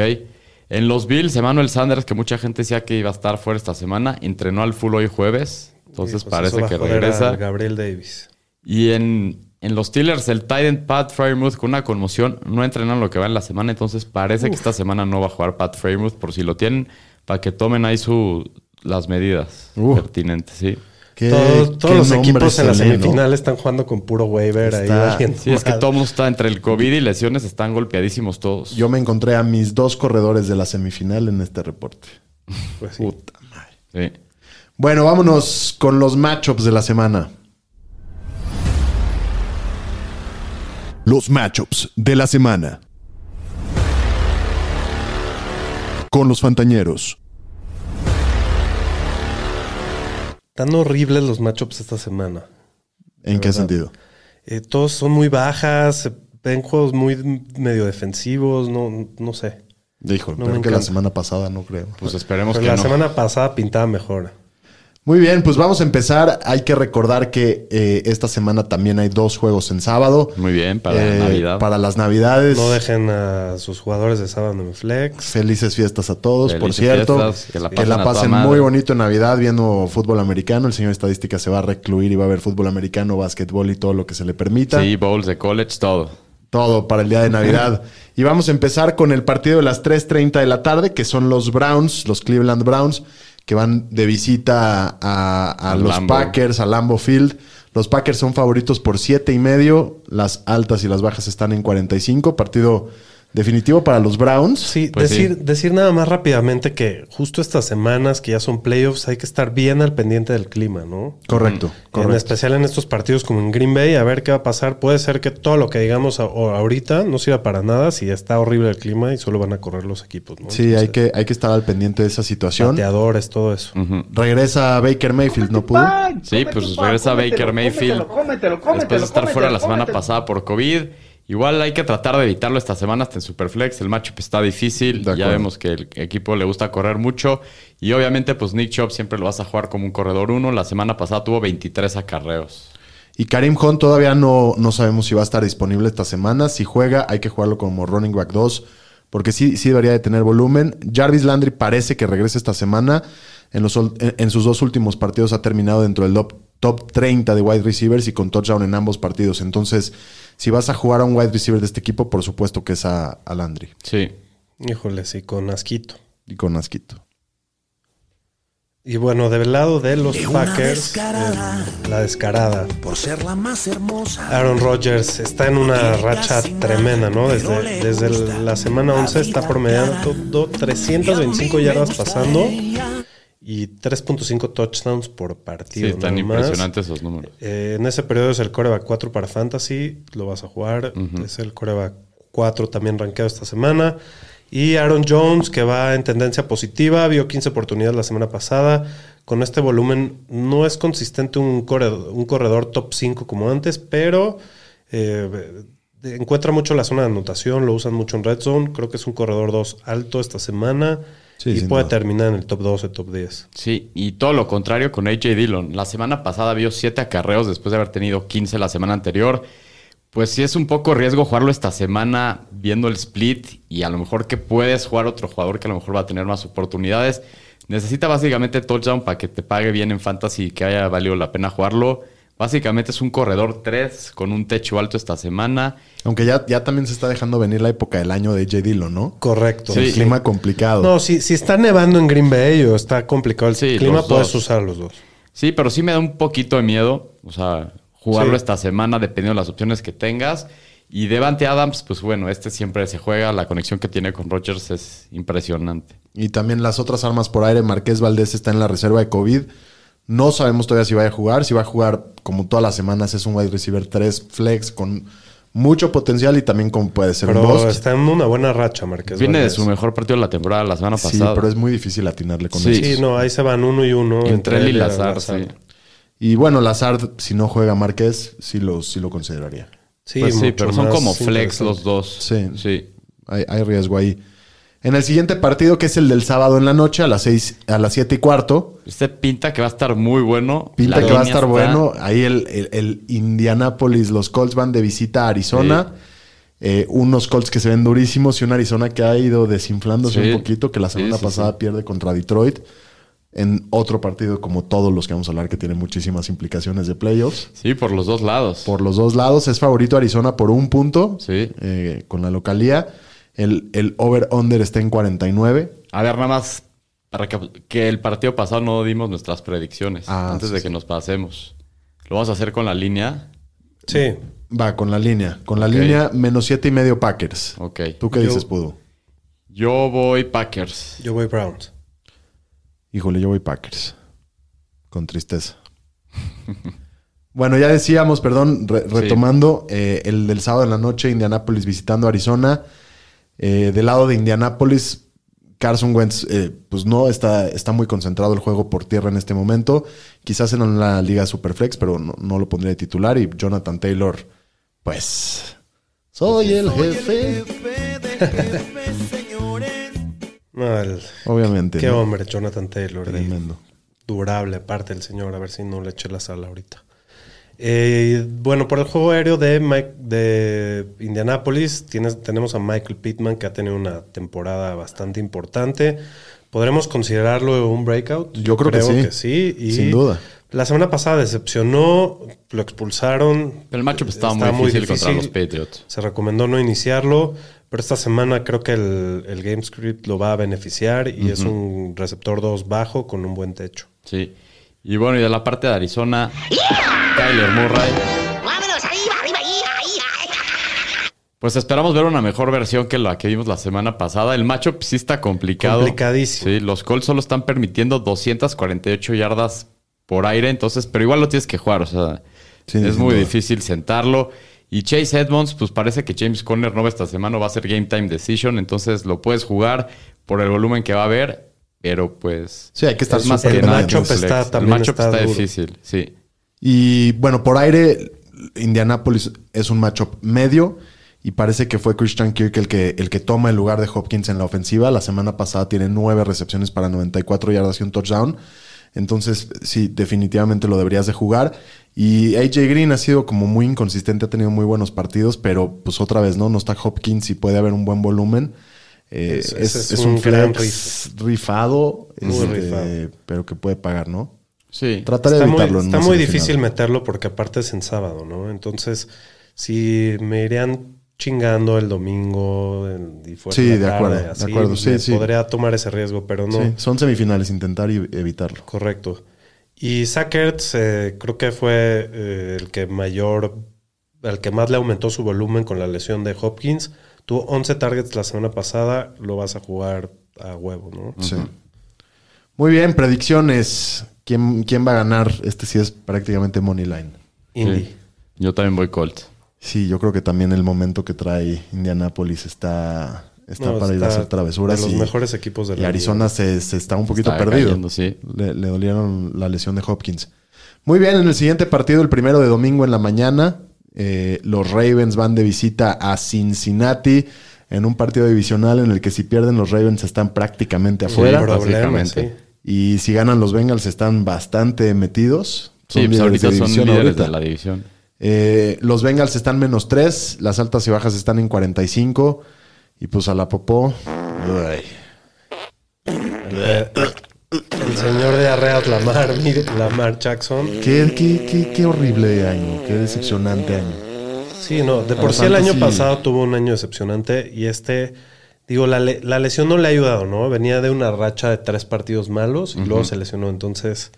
[SPEAKER 5] En los Bills, Emmanuel Sanders, que mucha gente decía que iba a estar fuera esta semana, entrenó al full hoy jueves. Entonces
[SPEAKER 4] pues eso
[SPEAKER 5] parece
[SPEAKER 4] va a
[SPEAKER 5] que
[SPEAKER 4] joder a
[SPEAKER 5] regresa.
[SPEAKER 4] Gabriel Davis.
[SPEAKER 5] Y en, en los Steelers, el Titan Pat Frymouth con una conmoción no entrenan lo que va en la semana. Entonces parece que esta semana no va a jugar Pat Frymouth por si lo tienen, para que tomen ahí su, las medidas
[SPEAKER 3] Uf.
[SPEAKER 5] pertinentes. Sí,
[SPEAKER 3] ¿Qué-
[SPEAKER 4] Todo- todos
[SPEAKER 3] qué
[SPEAKER 4] los
[SPEAKER 3] nombre
[SPEAKER 4] equipos en la
[SPEAKER 3] sale, ¿no?
[SPEAKER 4] semifinal están jugando con puro waiver ahí.
[SPEAKER 3] Está-
[SPEAKER 4] valiendo
[SPEAKER 5] sí es que
[SPEAKER 4] madre.
[SPEAKER 5] todo mundo está entre el COVID y lesiones, están golpeadísimos todos.
[SPEAKER 3] Yo me encontré a mis dos corredores de la semifinal en este reporte.
[SPEAKER 4] Pues sí.
[SPEAKER 3] Puta madre.
[SPEAKER 5] Sí.
[SPEAKER 3] Bueno, vámonos con los matchups de la semana.
[SPEAKER 1] Los matchups de la semana. Con los Fantañeros.
[SPEAKER 4] Tan horribles los matchups esta semana.
[SPEAKER 3] ¿En qué sentido?
[SPEAKER 4] Eh, todos son muy bajas, se ven juegos muy medio defensivos, no, no sé.
[SPEAKER 3] Dijo,
[SPEAKER 4] No,
[SPEAKER 3] pero que
[SPEAKER 4] me
[SPEAKER 3] la
[SPEAKER 4] encanta.
[SPEAKER 3] semana pasada no creo.
[SPEAKER 5] Pues esperemos
[SPEAKER 4] Pero
[SPEAKER 5] que
[SPEAKER 4] la
[SPEAKER 5] no.
[SPEAKER 4] semana pasada pintaba mejor.
[SPEAKER 3] Muy bien, pues vamos a empezar. Hay que recordar que eh, esta semana también hay dos juegos en sábado.
[SPEAKER 5] Muy bien, para
[SPEAKER 3] Eh,
[SPEAKER 5] Navidad.
[SPEAKER 3] Para las Navidades.
[SPEAKER 4] No dejen a sus jugadores de sábado en Flex.
[SPEAKER 3] Felices fiestas a todos, por
[SPEAKER 5] Felices
[SPEAKER 3] cierto.
[SPEAKER 5] fiestas,
[SPEAKER 3] que la pasen,
[SPEAKER 5] a toda madre.
[SPEAKER 3] muy bonito en Navidad viendo fútbol americano. El señor de estadística se va a recluir y va a ver fútbol americano, básquetbol y todo lo que se le permita.
[SPEAKER 5] Sí, bowls de college, todo.
[SPEAKER 3] Todo para el día de Navidad. y vamos a empezar con el partido de las 3.30 de la tarde, que son los Browns, los Cleveland Browns, que van de visita a, a
[SPEAKER 5] Al
[SPEAKER 3] los
[SPEAKER 5] Lambeau.
[SPEAKER 3] Packers, a Lambo Field. Los Packers son favoritos por siete y medio. Las altas y las bajas están en 45. Partido definitivo para los Browns.
[SPEAKER 4] Sí,
[SPEAKER 5] Pues
[SPEAKER 4] decir, decir nada más rápidamente que justo estas semanas que ya son playoffs hay que estar bien al pendiente del clima, ¿no?
[SPEAKER 3] Correcto,
[SPEAKER 4] En
[SPEAKER 3] correcto.
[SPEAKER 4] especial en estos partidos como en Green Bay, a ver qué va a pasar. Puede ser que todo lo que digamos a- o ahorita no sirva para nada si está horrible el clima y solo van a correr los equipos, ¿no?
[SPEAKER 3] Sí, hay que, Mm. hay que estar al pendiente de esa situación.
[SPEAKER 4] Pateadores, todo eso.
[SPEAKER 3] Regresa Baker Mayfield, no pudo.
[SPEAKER 5] Sí, pues regresa Baker Mayfield. Después de estar fuera la semana pasada por COVID. Igual hay que tratar de evitarlo esta semana hasta en Superflex. El matchup está difícil.
[SPEAKER 3] De
[SPEAKER 5] Ya
[SPEAKER 3] acuerdo.
[SPEAKER 5] vemos que el equipo le gusta correr mucho. Y obviamente, pues Nick Chubb siempre lo vas a jugar como un corredor uno. La semana pasada tuvo 23 acarreos.
[SPEAKER 3] Y Karim Hunt todavía no, no sabemos si va a estar disponible esta semana. Si juega, hay que jugarlo como running back 2, porque sí, sí debería de tener volumen. Jarvis Landry parece que regresa esta semana. En, los, ol- en- en sus dos últimos partidos ha terminado dentro del top, top 30 de wide receivers y con touchdown en ambos partidos. Entonces, si vas a jugar a un wide receiver de este equipo, por supuesto que es a, a Landry
[SPEAKER 5] Sí.
[SPEAKER 4] Híjole, sí, con asquito.
[SPEAKER 3] y con Asquito.
[SPEAKER 4] Y bueno, del lado de los
[SPEAKER 6] De una
[SPEAKER 4] Packers,
[SPEAKER 6] descarada.
[SPEAKER 4] eh, la descarada.
[SPEAKER 6] Por ser la más hermosa.
[SPEAKER 4] Aaron Rodgers está en una racha tremenda, ¿no? Desde, desde el- la semana 11 está promediando 325 yardas pasando y 3.5 touchdowns por
[SPEAKER 5] Sí,
[SPEAKER 4] partido.
[SPEAKER 5] están
[SPEAKER 4] nada más.
[SPEAKER 5] impresionantes esos números.
[SPEAKER 4] Eh, en ese periodo es el coreback 4 para Fantasy, lo vas a jugar. Es el coreback 4 también rankeado esta semana. Y Aaron Jones, que va en tendencia positiva, vio 15 oportunidades la semana pasada. Con este volumen no es consistente un corredor, un corredor top 5 como antes, pero eh, encuentra mucho la zona de anotación, lo usan mucho en red zone. Creo que es un corredor 2 alto esta semana
[SPEAKER 3] Sí,
[SPEAKER 4] y
[SPEAKER 3] sin
[SPEAKER 4] puede
[SPEAKER 3] duda.
[SPEAKER 4] terminar en el top 12, top 10.
[SPEAKER 5] Sí, y todo lo contrario con AJ Dillon. La semana pasada vio 7 acarreos después de haber tenido 15 la semana anterior. Pues sí es un poco riesgo jugarlo esta semana viendo el split y a lo mejor que puedes jugar otro jugador que a lo mejor va a tener más oportunidades. Necesita básicamente touchdown para que te pague bien en fantasy y que haya valido la pena jugarlo. Básicamente es un corredor 3 con un techo alto esta semana.
[SPEAKER 3] Aunque ya, ya también se está dejando venir la época del año de J. Dillon, ¿no?
[SPEAKER 4] Correcto.
[SPEAKER 3] El
[SPEAKER 5] Sí.
[SPEAKER 3] clima complicado.
[SPEAKER 4] No, si, si está nevando en Green Bay o está complicado el
[SPEAKER 5] Sí,
[SPEAKER 4] clima,
[SPEAKER 5] los
[SPEAKER 4] puedes
[SPEAKER 5] dos.
[SPEAKER 4] usar los dos.
[SPEAKER 5] Sí, pero sí me da un poquito de miedo. O sea, jugarlo
[SPEAKER 4] Sí.
[SPEAKER 5] esta semana dependiendo de las opciones que tengas. Y Devante Adams, pues bueno, este siempre se juega. La conexión que tiene con Rodgers es impresionante.
[SPEAKER 3] Y también las otras armas por aire. Marqués Valdés está en la reserva de COVID. No sabemos todavía si va a jugar. Si va a jugar, como todas las semanas, es un wide receiver 3 flex con mucho potencial y también como puede ser
[SPEAKER 4] Pero este
[SPEAKER 3] un bust.
[SPEAKER 4] está en una buena racha, Márquez.
[SPEAKER 5] Viene de
[SPEAKER 4] Valdés.
[SPEAKER 5] su mejor partido de la temporada la semana
[SPEAKER 3] Sí,
[SPEAKER 5] pasada.
[SPEAKER 3] pero es muy difícil atinarle con
[SPEAKER 5] Sí.
[SPEAKER 3] eso.
[SPEAKER 4] Sí, no, ahí se van uno y uno.
[SPEAKER 5] entre él y Lazar,
[SPEAKER 4] Lazard.
[SPEAKER 5] sí.
[SPEAKER 3] Y bueno, Lazard, si no juega Marqués, sí lo, sí lo consideraría.
[SPEAKER 4] Sí,
[SPEAKER 5] Pues sí,
[SPEAKER 4] mucho
[SPEAKER 5] pero son
[SPEAKER 4] más
[SPEAKER 5] como flex
[SPEAKER 4] interesante.
[SPEAKER 5] los dos.
[SPEAKER 3] Sí.
[SPEAKER 5] Sí.
[SPEAKER 3] Hay, hay riesgo ahí. En el siguiente partido, que es el del sábado en la noche, a las, seis, a las 7 y cuarto,
[SPEAKER 5] Este pinta que va a estar muy bueno.
[SPEAKER 3] Pinta
[SPEAKER 5] La
[SPEAKER 3] que va a
[SPEAKER 5] línea
[SPEAKER 3] estar
[SPEAKER 5] está-
[SPEAKER 3] bueno. Ahí el, el- el Indianapolis, los Colts van de visita a Arizona. Eh, unos Colts que se ven durísimos y una Arizona que ha ido desinflándose
[SPEAKER 5] Sí.
[SPEAKER 3] un poquito, que la
[SPEAKER 5] Sí,
[SPEAKER 3] semana
[SPEAKER 5] sí,
[SPEAKER 3] pasada
[SPEAKER 5] sí.
[SPEAKER 3] pierde contra Detroit. En otro partido, como todos los que vamos a hablar, que tiene muchísimas implicaciones de playoffs.
[SPEAKER 5] Sí, por los dos lados.
[SPEAKER 3] Por los dos lados, es favorito Arizona por un punto
[SPEAKER 5] Sí.
[SPEAKER 3] eh, con la localía. El, el over-under está en 49.
[SPEAKER 5] A ver, nada más, para que, que el partido pasado no dimos nuestras predicciones
[SPEAKER 3] Ah,
[SPEAKER 5] antes
[SPEAKER 3] sí,
[SPEAKER 5] de
[SPEAKER 3] sí.
[SPEAKER 5] que nos pasemos. Lo vamos a hacer con la línea.
[SPEAKER 4] Sí,
[SPEAKER 3] Va, con la línea. Con la
[SPEAKER 5] Ok.
[SPEAKER 3] línea, menos siete y medio Packers.
[SPEAKER 5] Ok.
[SPEAKER 3] ¿Tú qué
[SPEAKER 4] Yo-
[SPEAKER 3] dices, Pudo?
[SPEAKER 5] Yo voy Packers.
[SPEAKER 4] yo voy Browns.
[SPEAKER 3] Híjole, yo voy Packers. Con tristeza. Bueno, ya decíamos, perdón, re- retomando, eh, el del sábado en la noche, Indianápolis visitando Arizona. Eh, del lado de Indianápolis, Carson Wentz, eh, pues no, está, está muy concentrado el juego por tierra en este momento. Quizás en la liga Superflex, pero no, no lo pondría de titular. Y Jonathan Taylor, pues... Soy el jefe.
[SPEAKER 4] No, el-
[SPEAKER 3] Obviamente.
[SPEAKER 4] qué
[SPEAKER 3] ¿no?
[SPEAKER 4] hombre, Jonathan Taylor. y
[SPEAKER 3] Tremendo.
[SPEAKER 4] Durable, aparte el señor, a ver si no le eché la sal ahorita. Eh, bueno, por el juego aéreo de, Mike- de Indianapolis tienes- tenemos a Michael Pittman que ha tenido una temporada bastante importante. ¿Podremos considerarlo un breakout?
[SPEAKER 3] Yo creo que sí.
[SPEAKER 4] y
[SPEAKER 3] Sin duda.
[SPEAKER 4] La semana pasada decepcionó, lo expulsaron.
[SPEAKER 5] El matchup pues, estaba muy
[SPEAKER 4] Está
[SPEAKER 5] difícil contra los Patriots.
[SPEAKER 4] Se recomendó no iniciarlo, pero esta semana creo que el, el game script lo va a beneficiar y es un receptor 2 bajo con un buen techo.
[SPEAKER 5] Sí. Y bueno, y de la parte de Arizona, Kyler Murray.
[SPEAKER 7] ¡Vámonos! ¡Arriba, arriba, ahí, ahí, ahí!
[SPEAKER 5] Pues esperamos ver una mejor versión que la que vimos la semana pasada. El matchup sí está complicado.
[SPEAKER 4] Complicadísimo.
[SPEAKER 5] Sí, los Colts solo están permitiendo 248 yardas por aire, entonces, pero igual lo tienes que jugar, o sea,
[SPEAKER 3] Sí,
[SPEAKER 5] es
[SPEAKER 3] sin
[SPEAKER 5] muy
[SPEAKER 3] duda.
[SPEAKER 5] difícil sentarlo. Y Chase Edmonds, pues parece que James Conner no va esta semana, va a ser game time decision, entonces lo puedes jugar por el volumen que va a haber, pero pues
[SPEAKER 3] Sí, hay que estar
[SPEAKER 5] es más
[SPEAKER 3] súper
[SPEAKER 5] que nada
[SPEAKER 3] pendientes.
[SPEAKER 5] un flex.
[SPEAKER 4] El matchup está- también
[SPEAKER 5] el matchup
[SPEAKER 4] está
[SPEAKER 5] está,
[SPEAKER 4] duro.
[SPEAKER 5] difícil, sí.
[SPEAKER 3] Y bueno, por aire, Indianapolis es un matchup medio. Y parece que fue Christian Kirk el que, el que toma el lugar de Hopkins en la ofensiva. La semana pasada tiene nueve recepciones para 94 yardas y un touchdown. Entonces, sí, definitivamente lo deberías de jugar. Y AJ Green ha sido como muy inconsistente, ha tenido muy buenos partidos, pero pues otra vez, ¿no? No está Hopkins y puede haber un buen volumen. Eh, es,
[SPEAKER 4] Ese- ese es
[SPEAKER 3] es
[SPEAKER 4] un
[SPEAKER 3] un,
[SPEAKER 4] gran
[SPEAKER 3] flex rifado,
[SPEAKER 4] Muy
[SPEAKER 3] este,
[SPEAKER 4] rifado.
[SPEAKER 3] pero que puede pagar, ¿no?
[SPEAKER 5] Sí.
[SPEAKER 3] Trataré de
[SPEAKER 4] está muy,
[SPEAKER 3] evitarlo. en
[SPEAKER 4] está
[SPEAKER 3] una
[SPEAKER 4] muy
[SPEAKER 3] semifinal.
[SPEAKER 4] difícil meterlo porque aparte es en sábado, ¿no? Entonces, si me irían chingando el domingo en- y fuera
[SPEAKER 3] Sí,
[SPEAKER 4] la
[SPEAKER 3] de
[SPEAKER 4] tarde,
[SPEAKER 3] acuerdo, de
[SPEAKER 4] así,
[SPEAKER 3] acuerdo, sí,
[SPEAKER 4] me
[SPEAKER 3] sí.
[SPEAKER 4] podría tomar ese riesgo, pero no.
[SPEAKER 3] Sí, son semifinales, intentar y evitarlo.
[SPEAKER 4] Correcto. Y Sackerts creo que fue eh, el que mayor, el que más le aumentó su volumen con la lesión de Hopkins. Tuvo 11 targets la semana pasada, lo vas a jugar a huevo, ¿no?
[SPEAKER 3] Mm, Sí. Muy bien, predicciones. ¿Quién, ¿Quién va a ganar? Este sí es prácticamente Money Line.
[SPEAKER 4] Indy.
[SPEAKER 5] Sí. Yo también voy pues, Colts.
[SPEAKER 3] Sí, yo creo que también el momento que trae Indianapolis está, está
[SPEAKER 4] No,
[SPEAKER 3] para ir a
[SPEAKER 4] está
[SPEAKER 3] hacer travesuras.
[SPEAKER 4] de los
[SPEAKER 3] y-
[SPEAKER 4] mejores equipos de la
[SPEAKER 3] Y Arizona se, se está un poquito perdido.
[SPEAKER 5] cayendo, sí.
[SPEAKER 3] le, le dolieron la lesión de Hopkins. Muy bien, en el siguiente partido, el primero de domingo en la mañana, eh, los Ravens van de visita a Cincinnati en un partido divisional en el que si pierden los Ravens están prácticamente
[SPEAKER 4] liga.
[SPEAKER 3] afuera.
[SPEAKER 4] Sin problema,
[SPEAKER 5] básicamente.
[SPEAKER 4] sí.
[SPEAKER 3] y si ganan los Bengals están bastante metidos.
[SPEAKER 5] Sí, pues
[SPEAKER 3] líderes
[SPEAKER 5] ahorita
[SPEAKER 3] de
[SPEAKER 5] son
[SPEAKER 3] división
[SPEAKER 5] líderes
[SPEAKER 3] ahorita.
[SPEAKER 5] de la división.
[SPEAKER 3] Eh, los Bengals están menos 3, las altas y bajas están en 45 y pues a la popó. ay.
[SPEAKER 4] El señor de Arreas, Lamar, mire, Lamar Jackson.
[SPEAKER 3] Qué, qué- qué- qué horrible año, qué decepcionante año.
[SPEAKER 4] Sí, no, de
[SPEAKER 3] Para
[SPEAKER 4] por sí el
[SPEAKER 3] Santos,
[SPEAKER 4] año
[SPEAKER 3] sí.
[SPEAKER 4] pasado tuvo un año decepcionante y este, digo, la, le- la lesión no le ha ayudado, ¿no? Venía de una racha de tres partidos malos y luego se lesionó, entonces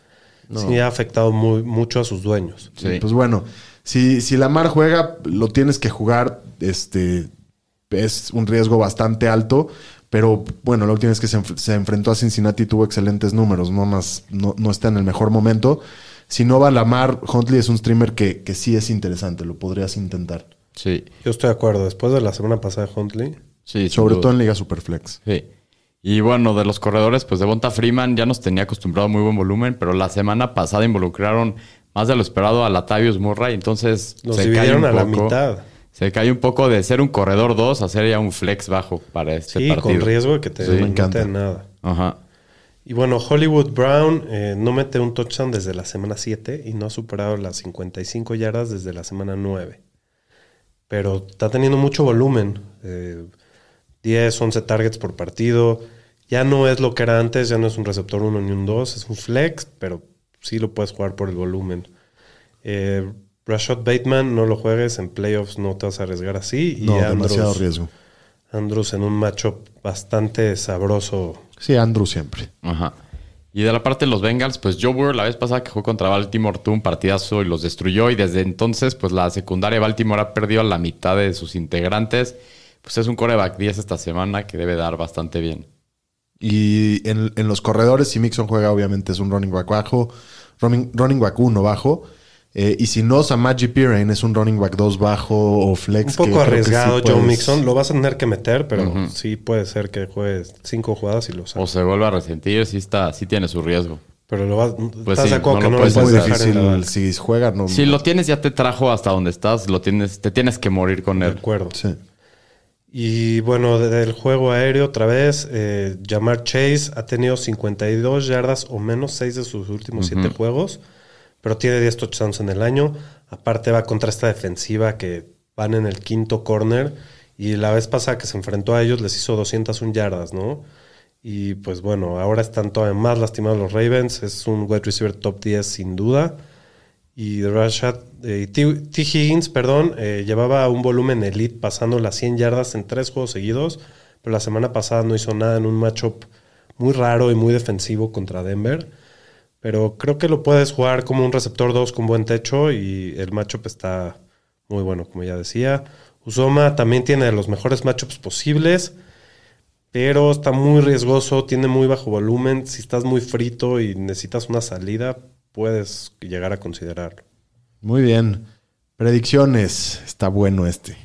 [SPEAKER 4] sí ha afectado muy, mucho a sus dueños.
[SPEAKER 5] Sí.
[SPEAKER 3] Pues bueno, si, si Lamar juega, lo tienes que jugar. Este es un riesgo bastante alto. Pero bueno, lo que tienes que se, enf- se enfrentó a Cincinnati y tuvo excelentes números. No más, no, no está en el mejor momento. Si no va Lamar, Huntley es un streamer que, que sí es interesante. Lo podrías intentar.
[SPEAKER 5] Sí.
[SPEAKER 4] Yo estoy de acuerdo, después de la semana pasada de Huntley,
[SPEAKER 5] Sí, sin
[SPEAKER 3] Sobre
[SPEAKER 5] duda.
[SPEAKER 3] todo en Liga Superflex.
[SPEAKER 5] Sí. Y bueno, de los corredores, pues Devonta Freeman ya nos tenía acostumbrado a muy buen volumen, pero la semana pasada involucraron más de lo esperado a Latavius Murray, entonces
[SPEAKER 4] Los dividieron a la mitad.
[SPEAKER 5] Se cae un poco de ser un corredor 2 a ser ya un flex bajo para este
[SPEAKER 4] sí,
[SPEAKER 5] partido.
[SPEAKER 4] con riesgo de que te
[SPEAKER 3] Sí, me
[SPEAKER 4] no te
[SPEAKER 3] encanta.
[SPEAKER 4] den nada.
[SPEAKER 5] Ajá.
[SPEAKER 4] Y bueno, Hollywood Brown eh, no mete un touchdown desde la semana 7 y no ha superado las 55 yardas desde la semana 9. Pero está teniendo mucho volumen. eh, 10, 11 targets por partido. Ya no es lo que era antes, ya no es un receptor 1 ni un 2, es un flex, pero sí lo puedes jugar por el volumen. Eh, Rashad Bateman no lo juegues, en playoffs no te vas a arriesgar así.
[SPEAKER 3] No,
[SPEAKER 4] y
[SPEAKER 3] demasiado
[SPEAKER 4] Andrews-
[SPEAKER 3] riesgo.
[SPEAKER 4] Andrews en un matchup bastante sabroso
[SPEAKER 3] Sí, Andrew siempre.
[SPEAKER 5] Ajá. Y de la parte de los Bengals, pues Joe Burrow la vez pasada que jugó contra Baltimore tuvo un partidazo y los destruyó. Y desde entonces, pues la secundaria de Baltimore ha perdido a la mitad de sus integrantes. Pues es un coreback 10 esta semana que debe dar bastante bien.
[SPEAKER 3] Y en, en los corredores, si Mixon juega, obviamente es un running back bajo. running, running back 1 bajo. Eh, y si no, Samaji Pirine es un running back 2 bajo o
[SPEAKER 4] Un
[SPEAKER 3] flex. que
[SPEAKER 4] poco
[SPEAKER 3] creo que
[SPEAKER 4] arriesgado,
[SPEAKER 3] sí
[SPEAKER 4] Joe
[SPEAKER 3] puedes-
[SPEAKER 4] Mixon. Lo vas a tener que meter, pero sí puede ser que juegues cinco jugadas y lo
[SPEAKER 5] O
[SPEAKER 4] saques.
[SPEAKER 5] se vuelve a resentir, sí, está, sí tiene su riesgo.
[SPEAKER 4] Pero lo vas, estás
[SPEAKER 5] sí,
[SPEAKER 4] de acuerdo que
[SPEAKER 5] no lo
[SPEAKER 4] no lo puedes
[SPEAKER 5] puedes
[SPEAKER 3] Es muy
[SPEAKER 5] dejar
[SPEAKER 4] dejar en la
[SPEAKER 3] difícil
[SPEAKER 4] banca?
[SPEAKER 3] si juega. No,
[SPEAKER 5] Si lo tienes, ya te trajo hasta donde estás, lo tienes, te tienes que morir con
[SPEAKER 4] De
[SPEAKER 5] él.
[SPEAKER 4] acuerdo.
[SPEAKER 3] Sí.
[SPEAKER 4] Y bueno, de- del juego aéreo otra vez, eh, Jamar Chase ha tenido 52 yardas o menos 6 de sus últimos 7 juegos, pero tiene 10 touchdowns en el año. Aparte va contra esta defensiva que van en el quinto corner y la vez pasada que se enfrentó a ellos les hizo 201 yardas, ¿no? Y pues bueno, ahora están todavía más lastimados los Ravens. Es un wide receiver top 10 sin duda. Y Rashad, eh, T, T. Higgins, perdón, eh, llevaba un volumen elite pasando las 100 yardas en tres juegos seguidos, pero la semana pasada no hizo nada en un matchup muy raro y muy defensivo contra Denver. Pero creo que lo puedes jugar como un receptor 2 con buen techo y el matchup está muy bueno, como ya decía. Usoma también tiene de los mejores matchups posibles, pero está muy riesgoso, tiene muy bajo volumen. Si estás muy frito y necesitas una salida, puedes llegar a considerarlo.
[SPEAKER 3] Muy bien. Predicciones. Está bueno este.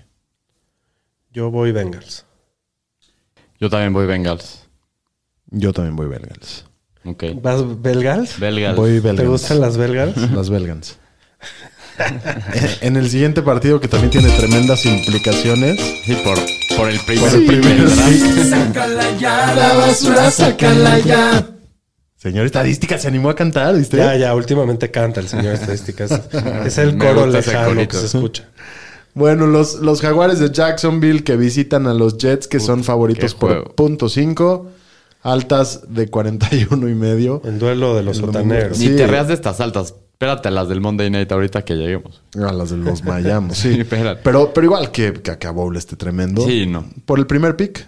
[SPEAKER 4] Yo voy Bengals.
[SPEAKER 5] Yo también voy Bengals.
[SPEAKER 3] Yo también voy Belgans.
[SPEAKER 5] Ok.
[SPEAKER 4] ¿Vas Belgals?
[SPEAKER 5] Belgas.
[SPEAKER 3] Voy
[SPEAKER 4] ¿Te
[SPEAKER 3] Belgans.
[SPEAKER 4] gustan las Belgals?
[SPEAKER 3] Las Belgans. en el siguiente partido que también tiene tremendas implicaciones.
[SPEAKER 5] Sí, por, por el primer,
[SPEAKER 3] Por el primer
[SPEAKER 5] pick, ¿verdad?
[SPEAKER 3] pick. La basura, sácala ya. Señor estadística, se animó a cantar, ¿viste?
[SPEAKER 4] Ya, ya, últimamente canta el señor estadística. Es, es el
[SPEAKER 5] Me
[SPEAKER 4] coro
[SPEAKER 5] gusta ese
[SPEAKER 4] lejano que
[SPEAKER 5] corito.
[SPEAKER 4] se escucha.
[SPEAKER 3] Bueno, los, los jaguares de Jacksonville que visitan a los Jets, que son favoritos
[SPEAKER 5] qué
[SPEAKER 3] por
[SPEAKER 5] juego.
[SPEAKER 3] punto 5, altas de 41 y medio.
[SPEAKER 4] El duelo de los
[SPEAKER 3] El domingo.
[SPEAKER 4] sotaneros.
[SPEAKER 5] Ni
[SPEAKER 3] Sí.
[SPEAKER 5] te reas de estas altas. Espérate a las del Monday Night ahorita que lleguemos.
[SPEAKER 3] A las de los Miami, sí.
[SPEAKER 5] Sí, espérate.
[SPEAKER 3] pero, pero igual que, que acabó este tremendo.
[SPEAKER 5] Sí, no.
[SPEAKER 3] Por el primer pick,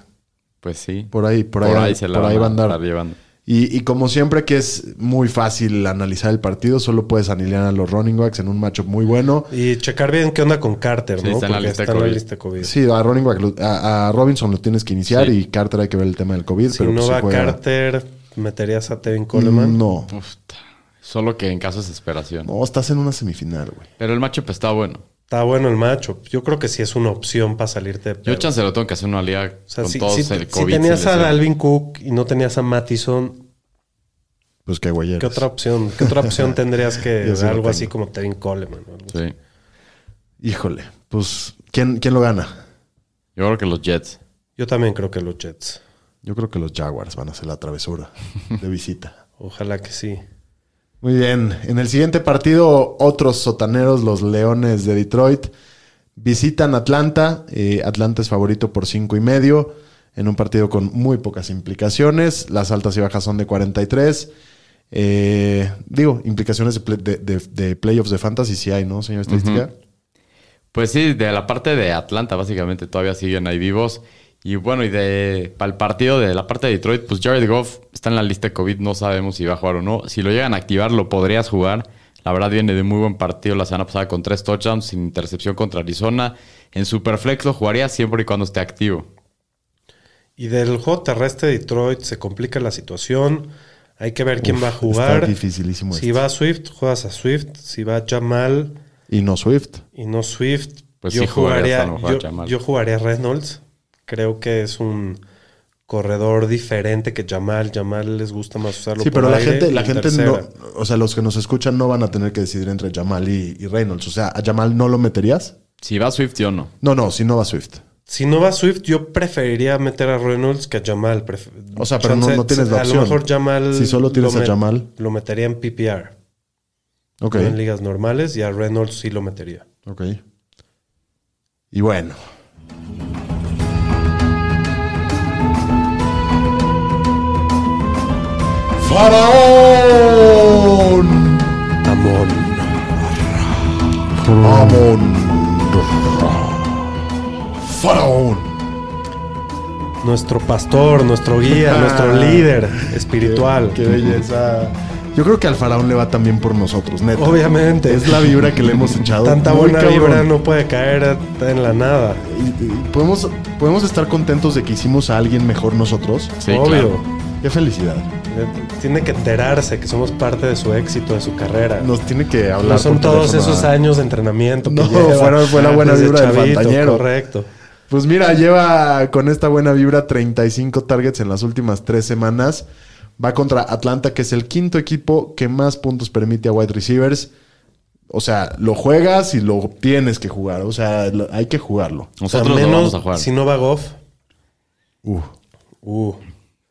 [SPEAKER 5] Pues sí.
[SPEAKER 3] por ahí, por ahí,
[SPEAKER 5] se la
[SPEAKER 3] por ahí va a andar.
[SPEAKER 5] estar llevando.
[SPEAKER 3] Y, y como siempre que es muy fácil analizar el partido, solo puedes aniliar a los running backs en un matchup muy bueno.
[SPEAKER 4] Y checar bien qué onda con Carter,
[SPEAKER 5] Sí,
[SPEAKER 4] ¿no?
[SPEAKER 5] está en la
[SPEAKER 4] Porque
[SPEAKER 5] lista
[SPEAKER 4] está en la
[SPEAKER 5] COVID.
[SPEAKER 4] lista COVID.
[SPEAKER 3] Sí, a running back, lo- a, a Robinson lo tienes que iniciar
[SPEAKER 5] Sí.
[SPEAKER 3] y Carter hay que ver el tema del COVID.
[SPEAKER 4] si
[SPEAKER 3] pero
[SPEAKER 4] no
[SPEAKER 3] pues si
[SPEAKER 4] va
[SPEAKER 3] juega-
[SPEAKER 4] Carter, ¿meterías a Tevin Coleman?
[SPEAKER 3] No,
[SPEAKER 5] Uf, ta- solo que en caso de desesperación.
[SPEAKER 3] no, estás en una semifinal, güey.
[SPEAKER 5] Pero el matchup está bueno.
[SPEAKER 4] Está bueno el macho. Yo creo que sí es una opción para salirte.
[SPEAKER 5] Yo
[SPEAKER 4] pero-
[SPEAKER 5] chance lo tengo que hacer una liga
[SPEAKER 4] o sea,
[SPEAKER 5] con
[SPEAKER 4] si,
[SPEAKER 5] todos
[SPEAKER 4] si-
[SPEAKER 5] el
[SPEAKER 4] si
[SPEAKER 5] COVID.
[SPEAKER 4] tenías
[SPEAKER 5] se
[SPEAKER 4] a
[SPEAKER 5] les-
[SPEAKER 4] Dalvin Cook y no tenías a Mattison,
[SPEAKER 3] Pues qué güey eres.
[SPEAKER 4] ¿qué otra opción? ¿Qué otra opción tendrías que
[SPEAKER 3] Yo sí lo
[SPEAKER 4] algo
[SPEAKER 3] tengo.
[SPEAKER 4] así como Tevin Coleman? o algo así?
[SPEAKER 5] Sí.
[SPEAKER 3] Híjole, pues ¿quién, quién lo gana?
[SPEAKER 5] Yo creo que los Jets.
[SPEAKER 4] Yo también creo que los Jets.
[SPEAKER 3] Yo creo que los Jaguars van a hacer la travesura de visita.
[SPEAKER 4] Ojalá que sí.
[SPEAKER 3] Muy bien, en el siguiente partido otros sotaneros, los Leones de Detroit, visitan Atlanta. Eh, Atlanta es favorito por cinco y medio en un partido con muy pocas implicaciones. Las altas y bajas son de 43. Eh, digo, implicaciones de, play- de- de- de playoffs de fantasy sí hay, ¿no, señor estadística?
[SPEAKER 5] Pues sí, de la parte de Atlanta, básicamente todavía siguen ahí vivos. Y bueno, y de para el partido de la parte de Detroit, pues Jared Goff está en la lista de COVID, no sabemos si va a jugar o no. Si lo llegan a activar, lo podrías jugar. La verdad viene de muy buen partido la semana pasada con tres touchdowns sin intercepción contra Arizona. En Superflex lo jugaría siempre y cuando esté activo.
[SPEAKER 4] Y del juego terrestre de Detroit se complica la situación. Hay que ver quién
[SPEAKER 3] Uf,
[SPEAKER 4] va a jugar.
[SPEAKER 3] está dificilísimo
[SPEAKER 4] Si
[SPEAKER 3] este.
[SPEAKER 4] va Swift, juegas a Swift. Si va Jamal
[SPEAKER 3] Y no Swift.
[SPEAKER 4] y no Swift,
[SPEAKER 5] Pues
[SPEAKER 4] yo,
[SPEAKER 5] sí
[SPEAKER 4] jugaría,
[SPEAKER 5] jugarías a lo mejor a
[SPEAKER 4] yo-
[SPEAKER 5] Jamal.
[SPEAKER 4] yo jugaría a Reynolds. Creo que es un corredor diferente que Jamal. Jamal les gusta más usarlo.
[SPEAKER 3] Sí,
[SPEAKER 4] por
[SPEAKER 3] pero la
[SPEAKER 4] aire
[SPEAKER 3] gente,
[SPEAKER 4] y
[SPEAKER 3] la
[SPEAKER 4] en
[SPEAKER 3] gente no,
[SPEAKER 4] tercera.
[SPEAKER 3] o sea, los que nos escuchan no van a tener que decidir entre Jamal y, y Reynolds. O sea, ¿a Jamal no lo meterías?
[SPEAKER 5] Si va Swift, yo no.
[SPEAKER 3] No, no, si no va Swift.
[SPEAKER 4] Si no va Swift, yo preferiría meter a Reynolds que a Jamal. Pref-
[SPEAKER 3] O sea, pero no- no tienes la
[SPEAKER 4] A
[SPEAKER 3] opción.
[SPEAKER 4] lo mejor Jamal.
[SPEAKER 3] Si solo tienes
[SPEAKER 4] lo
[SPEAKER 3] a
[SPEAKER 4] met-
[SPEAKER 3] Jamal.
[SPEAKER 4] Lo metería en PPR.
[SPEAKER 3] Ok.
[SPEAKER 4] no en ligas normales y a Reynolds sí lo metería.
[SPEAKER 3] Ok. Y bueno. ¡Faraón!
[SPEAKER 4] Amor.
[SPEAKER 3] ¡Amón! ¡Faraón!
[SPEAKER 4] Nuestro pastor, nuestro guía, nuestro líder espiritual.
[SPEAKER 3] ¡Qué belleza! Yo creo que al faraón le va también por nosotros, neta.
[SPEAKER 4] Obviamente.
[SPEAKER 3] Es la vibra que le hemos echado.
[SPEAKER 4] Tanta
[SPEAKER 3] Muy
[SPEAKER 4] buena
[SPEAKER 3] cabrón.
[SPEAKER 4] vibra no puede caer en la nada.
[SPEAKER 3] Y- y podemos, podemos estar contentos de que hicimos a alguien mejor nosotros.
[SPEAKER 5] Sí,
[SPEAKER 4] Obvio.
[SPEAKER 5] claro.
[SPEAKER 3] Qué felicidad.
[SPEAKER 4] Eh, Tiene que enterarse que somos parte de su éxito, de su carrera.
[SPEAKER 3] Nos tiene que hablar.
[SPEAKER 4] no Pues son
[SPEAKER 3] por
[SPEAKER 4] todos
[SPEAKER 3] teléfono,
[SPEAKER 4] esos
[SPEAKER 3] ah.
[SPEAKER 4] años de entrenamiento. que
[SPEAKER 3] No,
[SPEAKER 4] lleva
[SPEAKER 3] fueron- fue la buena
[SPEAKER 4] desde
[SPEAKER 3] vibra del Fantañero.
[SPEAKER 4] Correcto.
[SPEAKER 3] Pues mira, lleva con esta buena vibra 35 targets en las últimas tres semanas. Va contra Atlanta, que es el quinto equipo que más puntos permite a wide receivers. O sea, lo juegas y lo tienes que jugar. O sea, lo- hay que jugarlo.
[SPEAKER 5] Nosotros
[SPEAKER 4] O sea,
[SPEAKER 5] no
[SPEAKER 4] menos
[SPEAKER 5] vamos a jugar.
[SPEAKER 4] Si no va Goff.
[SPEAKER 3] Uh,
[SPEAKER 4] Uh,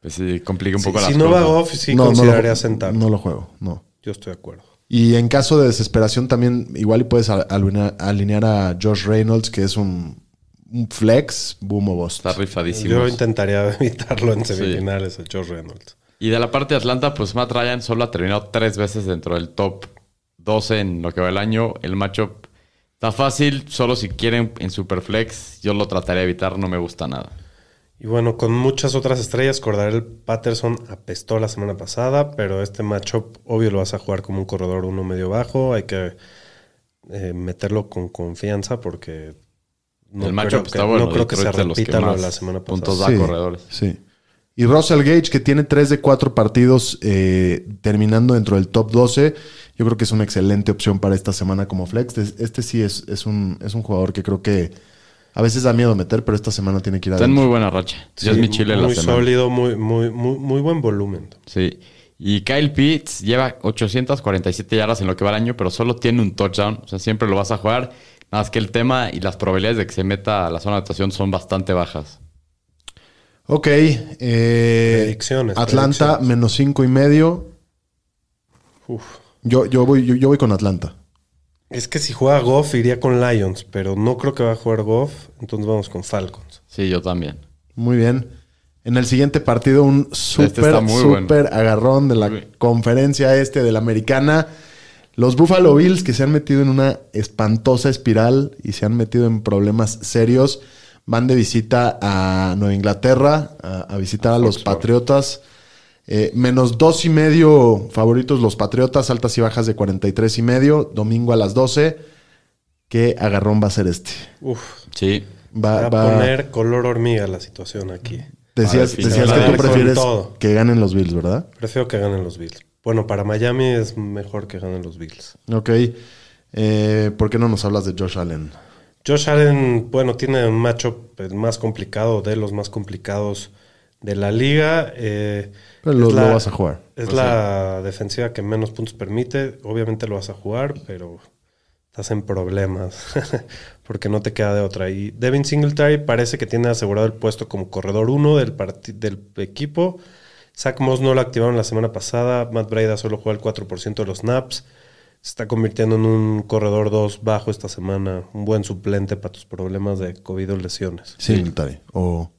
[SPEAKER 5] Pues sí, complica un
[SPEAKER 4] si,
[SPEAKER 5] poco
[SPEAKER 4] si
[SPEAKER 5] las
[SPEAKER 4] no va
[SPEAKER 5] cosas.
[SPEAKER 4] Goff, sí
[SPEAKER 3] no, no
[SPEAKER 4] consideraría
[SPEAKER 3] lo,
[SPEAKER 4] sentar.
[SPEAKER 3] No lo juego, no.
[SPEAKER 4] Yo estoy de acuerdo.
[SPEAKER 3] Y en caso de desesperación también igual y puedes al- alinear, alinear a Josh Reynolds, que es un, un flex, boom o bust.
[SPEAKER 5] Está rifadísimo.
[SPEAKER 4] Yo intentaría evitarlo en
[SPEAKER 5] Sí.
[SPEAKER 4] semifinales a George Reynolds.
[SPEAKER 5] Y de la parte de Atlanta, pues Matt Ryan solo ha terminado tres veces dentro del top 12 en lo que va el año. El matchup está fácil, solo si quieren en Superflex. Yo lo trataré de evitar, no me gusta nada.
[SPEAKER 4] Y bueno, con muchas otras estrellas, Cordarel Patterson apestó la semana pasada, pero este matchup obvio lo vas a jugar como un corredor uno medio bajo. Hay que eh, meterlo con confianza porque no
[SPEAKER 5] el matchup
[SPEAKER 4] creo
[SPEAKER 5] está
[SPEAKER 4] que,
[SPEAKER 5] bueno.
[SPEAKER 4] no creo que se
[SPEAKER 5] Detroit es de los que
[SPEAKER 4] repita lo de
[SPEAKER 5] más
[SPEAKER 4] la semana
[SPEAKER 5] puntos
[SPEAKER 4] pasada.
[SPEAKER 5] da corredores.
[SPEAKER 3] Sí. Y Russell Gage, que tiene 3 de 4 partidos eh, terminando dentro del top 12, yo creo que es una excelente opción para esta semana como flex. Es- Este sí es, es, un, es un jugador que creo que a veces da miedo meter, pero esta semana tiene que ir a...
[SPEAKER 5] Está en muy buena racha. Yo es mi chile de la
[SPEAKER 4] muy
[SPEAKER 5] semana.
[SPEAKER 4] sólido, muy, muy, muy, muy buen volumen.
[SPEAKER 5] Sí. Y Kyle Pitts lleva 847 yardas en lo que va el año, pero solo tiene un touchdown. O sea, siempre lo vas a jugar. Nada más que el tema y las probabilidades de que se meta a la zona de actuación son bastante bajas.
[SPEAKER 3] Ok. eh,
[SPEAKER 4] Predicciones,
[SPEAKER 3] Atlanta
[SPEAKER 4] predicciones.
[SPEAKER 3] menos 5 y medio.
[SPEAKER 4] Uf.
[SPEAKER 3] Yo, yo, voy, yo, yo voy con Atlanta.
[SPEAKER 4] Es que si juega Goff iría con Lions, pero no creo que va a jugar Goff, entonces vamos con Falcons.
[SPEAKER 5] Sí, yo también.
[SPEAKER 3] Muy bien. En el siguiente partido, un súper,
[SPEAKER 5] Este está muy bueno.
[SPEAKER 3] súper agarrón de la
[SPEAKER 5] Muy bien.
[SPEAKER 3] conferencia este de la americana. Los Buffalo Bills que se han metido en una espantosa espiral y se han metido en problemas serios. Van de visita a Nueva Inglaterra a, a visitar a, los Patriotas. Eh, menos dos y medio favoritos los Patriotas, altas y bajas de 43 y medio. Domingo a las 12. ¿Qué agarrón va a ser este?
[SPEAKER 4] Uf.
[SPEAKER 5] Sí.
[SPEAKER 3] Va,
[SPEAKER 4] va a poner color hormiga la situación aquí.
[SPEAKER 3] Decías,
[SPEAKER 5] Para el
[SPEAKER 3] decías
[SPEAKER 5] final.
[SPEAKER 3] que tú
[SPEAKER 4] Con
[SPEAKER 3] prefieres
[SPEAKER 4] todo.
[SPEAKER 3] que ganen los Bills, ¿verdad?
[SPEAKER 4] Prefiero que ganen los Bills. Bueno, para Miami es mejor que ganen los Bills.
[SPEAKER 3] Ok. Eh, ¿Por qué no nos hablas de Josh Allen?
[SPEAKER 4] Josh Allen, bueno, tiene un matchup el más complicado, de los más complicados de la liga. eh,
[SPEAKER 3] Pero
[SPEAKER 4] es
[SPEAKER 3] lo,
[SPEAKER 4] la-
[SPEAKER 3] lo vas a jugar. pues
[SPEAKER 4] Es la defensiva que menos puntos permite. Obviamente lo vas a jugar, pero estás en problemas porque no te queda de otra. Y Devin Singletary parece que tiene asegurado el puesto como corredor 1 del, parti- del equipo. Zach Moss no lo activaron la semana pasada. Matt Breda solo juega el 4% de los snaps. Se está convirtiendo en un corredor 2 bajo esta semana. Un buen suplente para tus problemas de COVID o lesiones.
[SPEAKER 3] Singletary. O...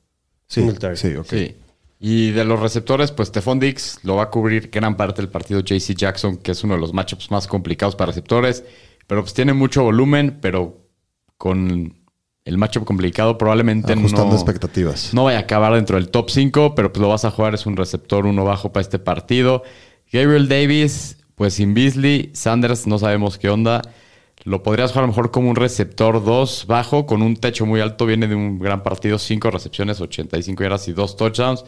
[SPEAKER 3] Sí,
[SPEAKER 4] Singletary.
[SPEAKER 3] sí, ok.
[SPEAKER 5] Sí. Y de los receptores, pues Stephon Dix lo va a cubrir gran parte del partido JC Jackson, que es uno de los matchups más complicados para receptores. Pero pues tiene mucho volumen, pero con el matchup complicado probablemente
[SPEAKER 3] Ajustando
[SPEAKER 5] no,
[SPEAKER 3] expectativas.
[SPEAKER 5] no vaya a acabar dentro del top 5, pero pues lo vas a jugar, es un receptor uno bajo para este partido. Gabriel Davis, pues sin Beasley, Sanders no sabemos qué onda. Lo podrías jugar a lo mejor como un receptor 2 bajo, con un techo muy alto, viene de un gran partido, 5 recepciones, 85 yardas y 2 touchdowns.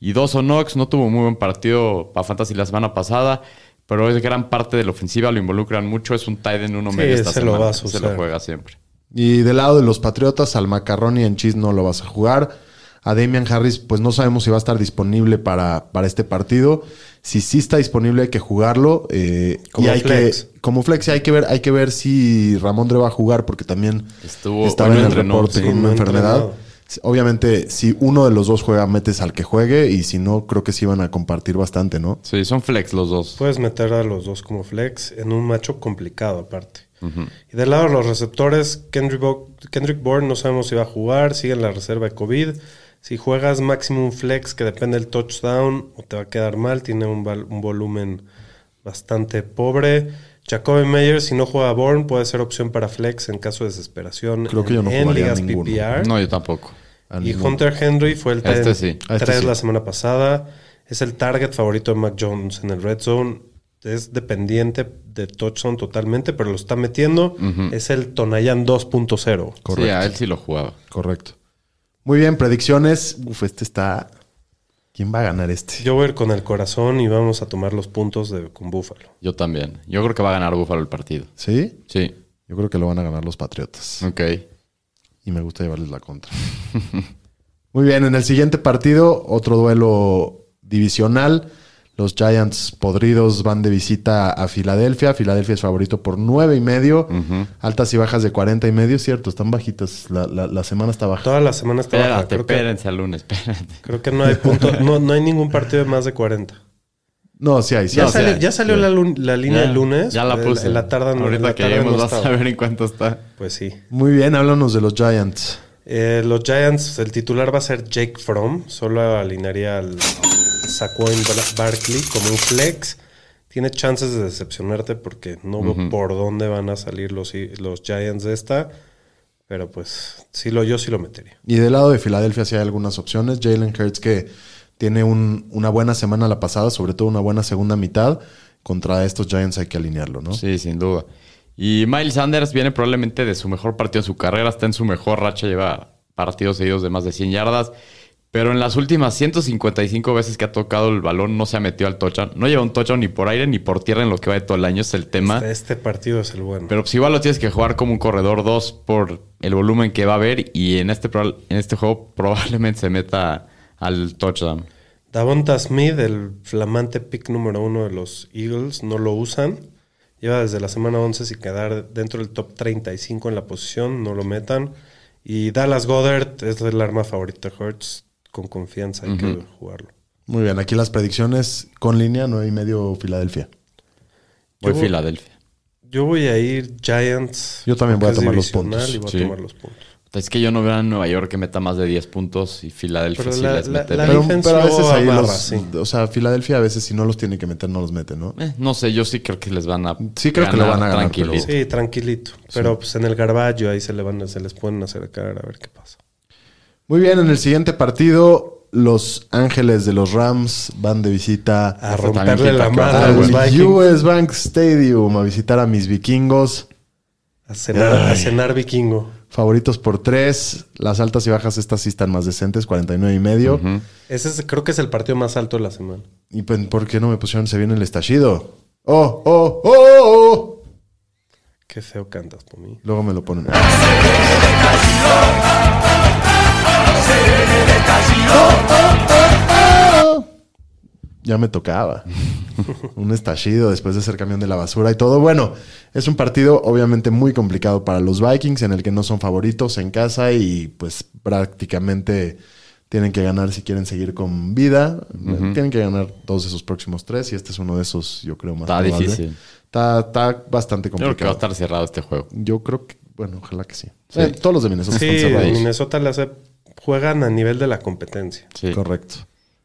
[SPEAKER 5] Y dos Onox, no tuvo muy buen partido para Fantasy la semana pasada, pero es gran parte de la ofensiva, lo involucran mucho, es un tight en uno
[SPEAKER 4] Sí,
[SPEAKER 5] medio esta
[SPEAKER 4] se lo
[SPEAKER 5] semana,
[SPEAKER 4] vas a
[SPEAKER 5] se lo
[SPEAKER 4] usar.
[SPEAKER 5] juega siempre.
[SPEAKER 3] Y del lado de los Patriotas, al Macarrón y en Cheese no lo vas a jugar. A Damian Harris, pues no sabemos si va a estar disponible para, para este partido. Si sí está disponible, hay que jugarlo. eh,
[SPEAKER 4] Como
[SPEAKER 3] y hay
[SPEAKER 4] flex.
[SPEAKER 3] Que, como flex, y hay que ver, hay que ver si Ramondre va a jugar, porque también
[SPEAKER 5] Estuvo-
[SPEAKER 3] estaba
[SPEAKER 5] hoy
[SPEAKER 3] en
[SPEAKER 5] no
[SPEAKER 3] el
[SPEAKER 5] entrenó,
[SPEAKER 3] reporte
[SPEAKER 5] sí,
[SPEAKER 3] con una
[SPEAKER 4] no
[SPEAKER 3] enfermedad.
[SPEAKER 4] entrenó.
[SPEAKER 3] Obviamente, si uno de los dos juega, metes al que juegue, y si no, creo que sí van a compartir bastante, ¿no?
[SPEAKER 5] Sí, son flex los dos.
[SPEAKER 4] Puedes meter a los dos como flex en un macho complicado aparte. Y del lado de los receptores, Kendrick, Bo- Kendrick Bourne no sabemos si va a jugar, sigue en la reserva de COVID. Si juegas máximo un flex que depende del touchdown o te va a quedar mal, tiene un, val- un volumen bastante pobre. Jacoby Meyer, si no juega Bourne, puede ser opción para flex en caso de desesperación
[SPEAKER 3] Creo que
[SPEAKER 4] en,
[SPEAKER 3] yo no
[SPEAKER 4] en
[SPEAKER 3] jugaría
[SPEAKER 4] ligas
[SPEAKER 3] ninguno.
[SPEAKER 4] PPR.
[SPEAKER 5] No, yo tampoco.
[SPEAKER 4] Y Hunter Henry fue el
[SPEAKER 5] Este
[SPEAKER 4] target
[SPEAKER 5] sí.
[SPEAKER 3] Este
[SPEAKER 4] 3
[SPEAKER 3] sí.
[SPEAKER 4] la semana pasada. Es el target favorito de Mac Jones en el Red Zone. Es dependiente de touchdown totalmente, pero lo está metiendo. Es el Tonayan 2.0.
[SPEAKER 5] Sí, a él sí lo jugaba.
[SPEAKER 3] Correcto. Muy bien, predicciones. Uf, este está ¿Quién va a ganar este?
[SPEAKER 4] Yo voy a ir con el corazón y vamos a tomar los puntos de, con Búfalo.
[SPEAKER 5] Yo también. Yo creo que va a ganar Búfalo el partido.
[SPEAKER 3] ¿Sí?
[SPEAKER 5] Sí.
[SPEAKER 3] Yo creo que lo van a ganar los Patriotas.
[SPEAKER 5] Ok.
[SPEAKER 3] Y me gusta llevarles la contra. Muy bien, en el siguiente partido, otro duelo divisional. Los Giants podridos van de visita a Filadelfia. Filadelfia es favorito por nueve y medio. Altas y bajas de 40 y medio, cierto, están bajitas. La, la- la semana está baja.
[SPEAKER 4] Toda la semana está baja.
[SPEAKER 5] Espérate,
[SPEAKER 4] Creo que,
[SPEAKER 5] espérense al lunes, espérate.
[SPEAKER 4] creo que no hay punto, no, no hay ningún partido de más de 40.
[SPEAKER 3] No, sí hay, sí
[SPEAKER 4] Ya,
[SPEAKER 3] hay.
[SPEAKER 5] o sea,
[SPEAKER 4] salió, ya salió la,
[SPEAKER 5] ya.
[SPEAKER 4] lun- la línea
[SPEAKER 5] Ya-
[SPEAKER 4] el lunes.
[SPEAKER 5] Ya la
[SPEAKER 4] El-
[SPEAKER 5] puse.
[SPEAKER 4] En la tarde no- en
[SPEAKER 5] Ahorita
[SPEAKER 4] la
[SPEAKER 5] que
[SPEAKER 4] tarde no
[SPEAKER 5] lleguemos vas
[SPEAKER 4] estaba.
[SPEAKER 5] a ver en cuánto está.
[SPEAKER 4] Pues sí.
[SPEAKER 3] Muy bien, háblanos de los Giants.
[SPEAKER 4] Eh, los Giants, el titular va a ser Jake Fromm. Solo alinearía al Saquon Bar- Barkley como un flex. Tiene chances de decepcionarte porque no veo por dónde van a salir los, los Giants de esta. Pero pues sí lo, yo sí lo metería.
[SPEAKER 3] Y del lado de Filadelfia sí hay algunas opciones. Jalen Hurts que tiene un- una buena semana la pasada, sobre todo una buena segunda mitad. Contra estos Giants hay que alinearlo, ¿no?
[SPEAKER 5] Sí, sin duda. Y Miles Sanders viene probablemente de su mejor partido en su carrera, está en su mejor racha, lleva partidos seguidos de más de 100 yardas, pero en las últimas 155 veces que ha tocado el balón no se ha metido al touchdown, no lleva un touchdown ni por aire ni por tierra en lo que va de todo el año, es el tema.
[SPEAKER 4] Este partido es el bueno.
[SPEAKER 5] Pero pues igual lo tienes que jugar como un corredor 2 por el volumen que va a haber y en este, proba- en este juego probablemente se meta al touchdown.
[SPEAKER 4] Davonta Smith, el flamante pick número uno de los Eagles, no lo usan. Lleva desde la semana 11 sin quedar dentro del top 35 en la posición, no lo metan. Y Dallas Goddard es el arma favorita de Hurts, con confianza hay que jugarlo.
[SPEAKER 3] Muy bien, aquí las predicciones con línea nueve y medio Filadelfia.
[SPEAKER 5] Voy
[SPEAKER 4] Yo-
[SPEAKER 5] Filadelfia.
[SPEAKER 4] Yo voy a ir Giants.
[SPEAKER 3] Yo también voy a
[SPEAKER 4] porque es
[SPEAKER 3] tomar los
[SPEAKER 4] divisional
[SPEAKER 3] puntos.
[SPEAKER 4] Y voy
[SPEAKER 5] Sí.
[SPEAKER 4] a tomar los puntos.
[SPEAKER 5] Es que yo no veo a Nueva York que meta más de 10 puntos y Filadelfia
[SPEAKER 4] Pero
[SPEAKER 5] sí
[SPEAKER 4] la-
[SPEAKER 5] les
[SPEAKER 4] la-
[SPEAKER 5] mete.
[SPEAKER 4] la
[SPEAKER 5] Pero-
[SPEAKER 3] Pero,
[SPEAKER 4] defensa
[SPEAKER 3] pero a veces
[SPEAKER 4] lo
[SPEAKER 3] ahí
[SPEAKER 4] amarra,
[SPEAKER 3] los...
[SPEAKER 4] sí.
[SPEAKER 3] O sea, Filadelfia a veces si no los tiene que meter, no los mete, ¿no?
[SPEAKER 5] Eh, no sé, yo sí creo que les van a.
[SPEAKER 3] Sí creo que lo van a ganar,
[SPEAKER 5] tranquilito.
[SPEAKER 4] Sí, tranquilito. Pero pues en el garballo ahí se, le van, se les pueden acercar a ver qué pasa.
[SPEAKER 3] Muy bien, en el siguiente partido, los Ángeles de los Rams van de visita
[SPEAKER 4] A
[SPEAKER 5] Eso también
[SPEAKER 4] romperle
[SPEAKER 5] pinta
[SPEAKER 4] la
[SPEAKER 5] que
[SPEAKER 4] madre
[SPEAKER 5] va a
[SPEAKER 4] a
[SPEAKER 3] al
[SPEAKER 4] los Vikings.
[SPEAKER 3] US Bank Stadium a visitar a mis vikingos.
[SPEAKER 4] A cenar, a cenar vikingo.
[SPEAKER 3] Favoritos por tres. Las altas y bajas estas sí están más decentes, 49 y medio.
[SPEAKER 4] Ese es- creo que es el partido más alto de la semana.
[SPEAKER 3] ¿Y pues, por qué no me pusieron? Se viene el estallido. ¡Oh, oh, oh, oh! oh!
[SPEAKER 4] Qué feo cantas, Pomi.
[SPEAKER 3] Luego me lo ponen. Ya me tocaba. un estallido después de ser camión de la basura y todo. Bueno, es un partido obviamente muy complicado para los Vikings, en el que no son favoritos en casa y pues prácticamente tienen que ganar si quieren seguir con vida. Tienen que ganar dos de sus próximos tres y este es uno de esos, yo creo, más
[SPEAKER 5] Está difícil.
[SPEAKER 3] Está, está bastante
[SPEAKER 5] Yo creo que va
[SPEAKER 3] complicado.
[SPEAKER 5] a estar cerrado este juego.
[SPEAKER 3] Yo creo que, bueno, ojalá que sí.
[SPEAKER 5] Sí.
[SPEAKER 3] Eh, todos los de Minnesota
[SPEAKER 4] Sí,
[SPEAKER 3] están cerrados.
[SPEAKER 4] Minnesota le hace, juegan a nivel de la competencia.
[SPEAKER 5] Sí.
[SPEAKER 3] Correcto.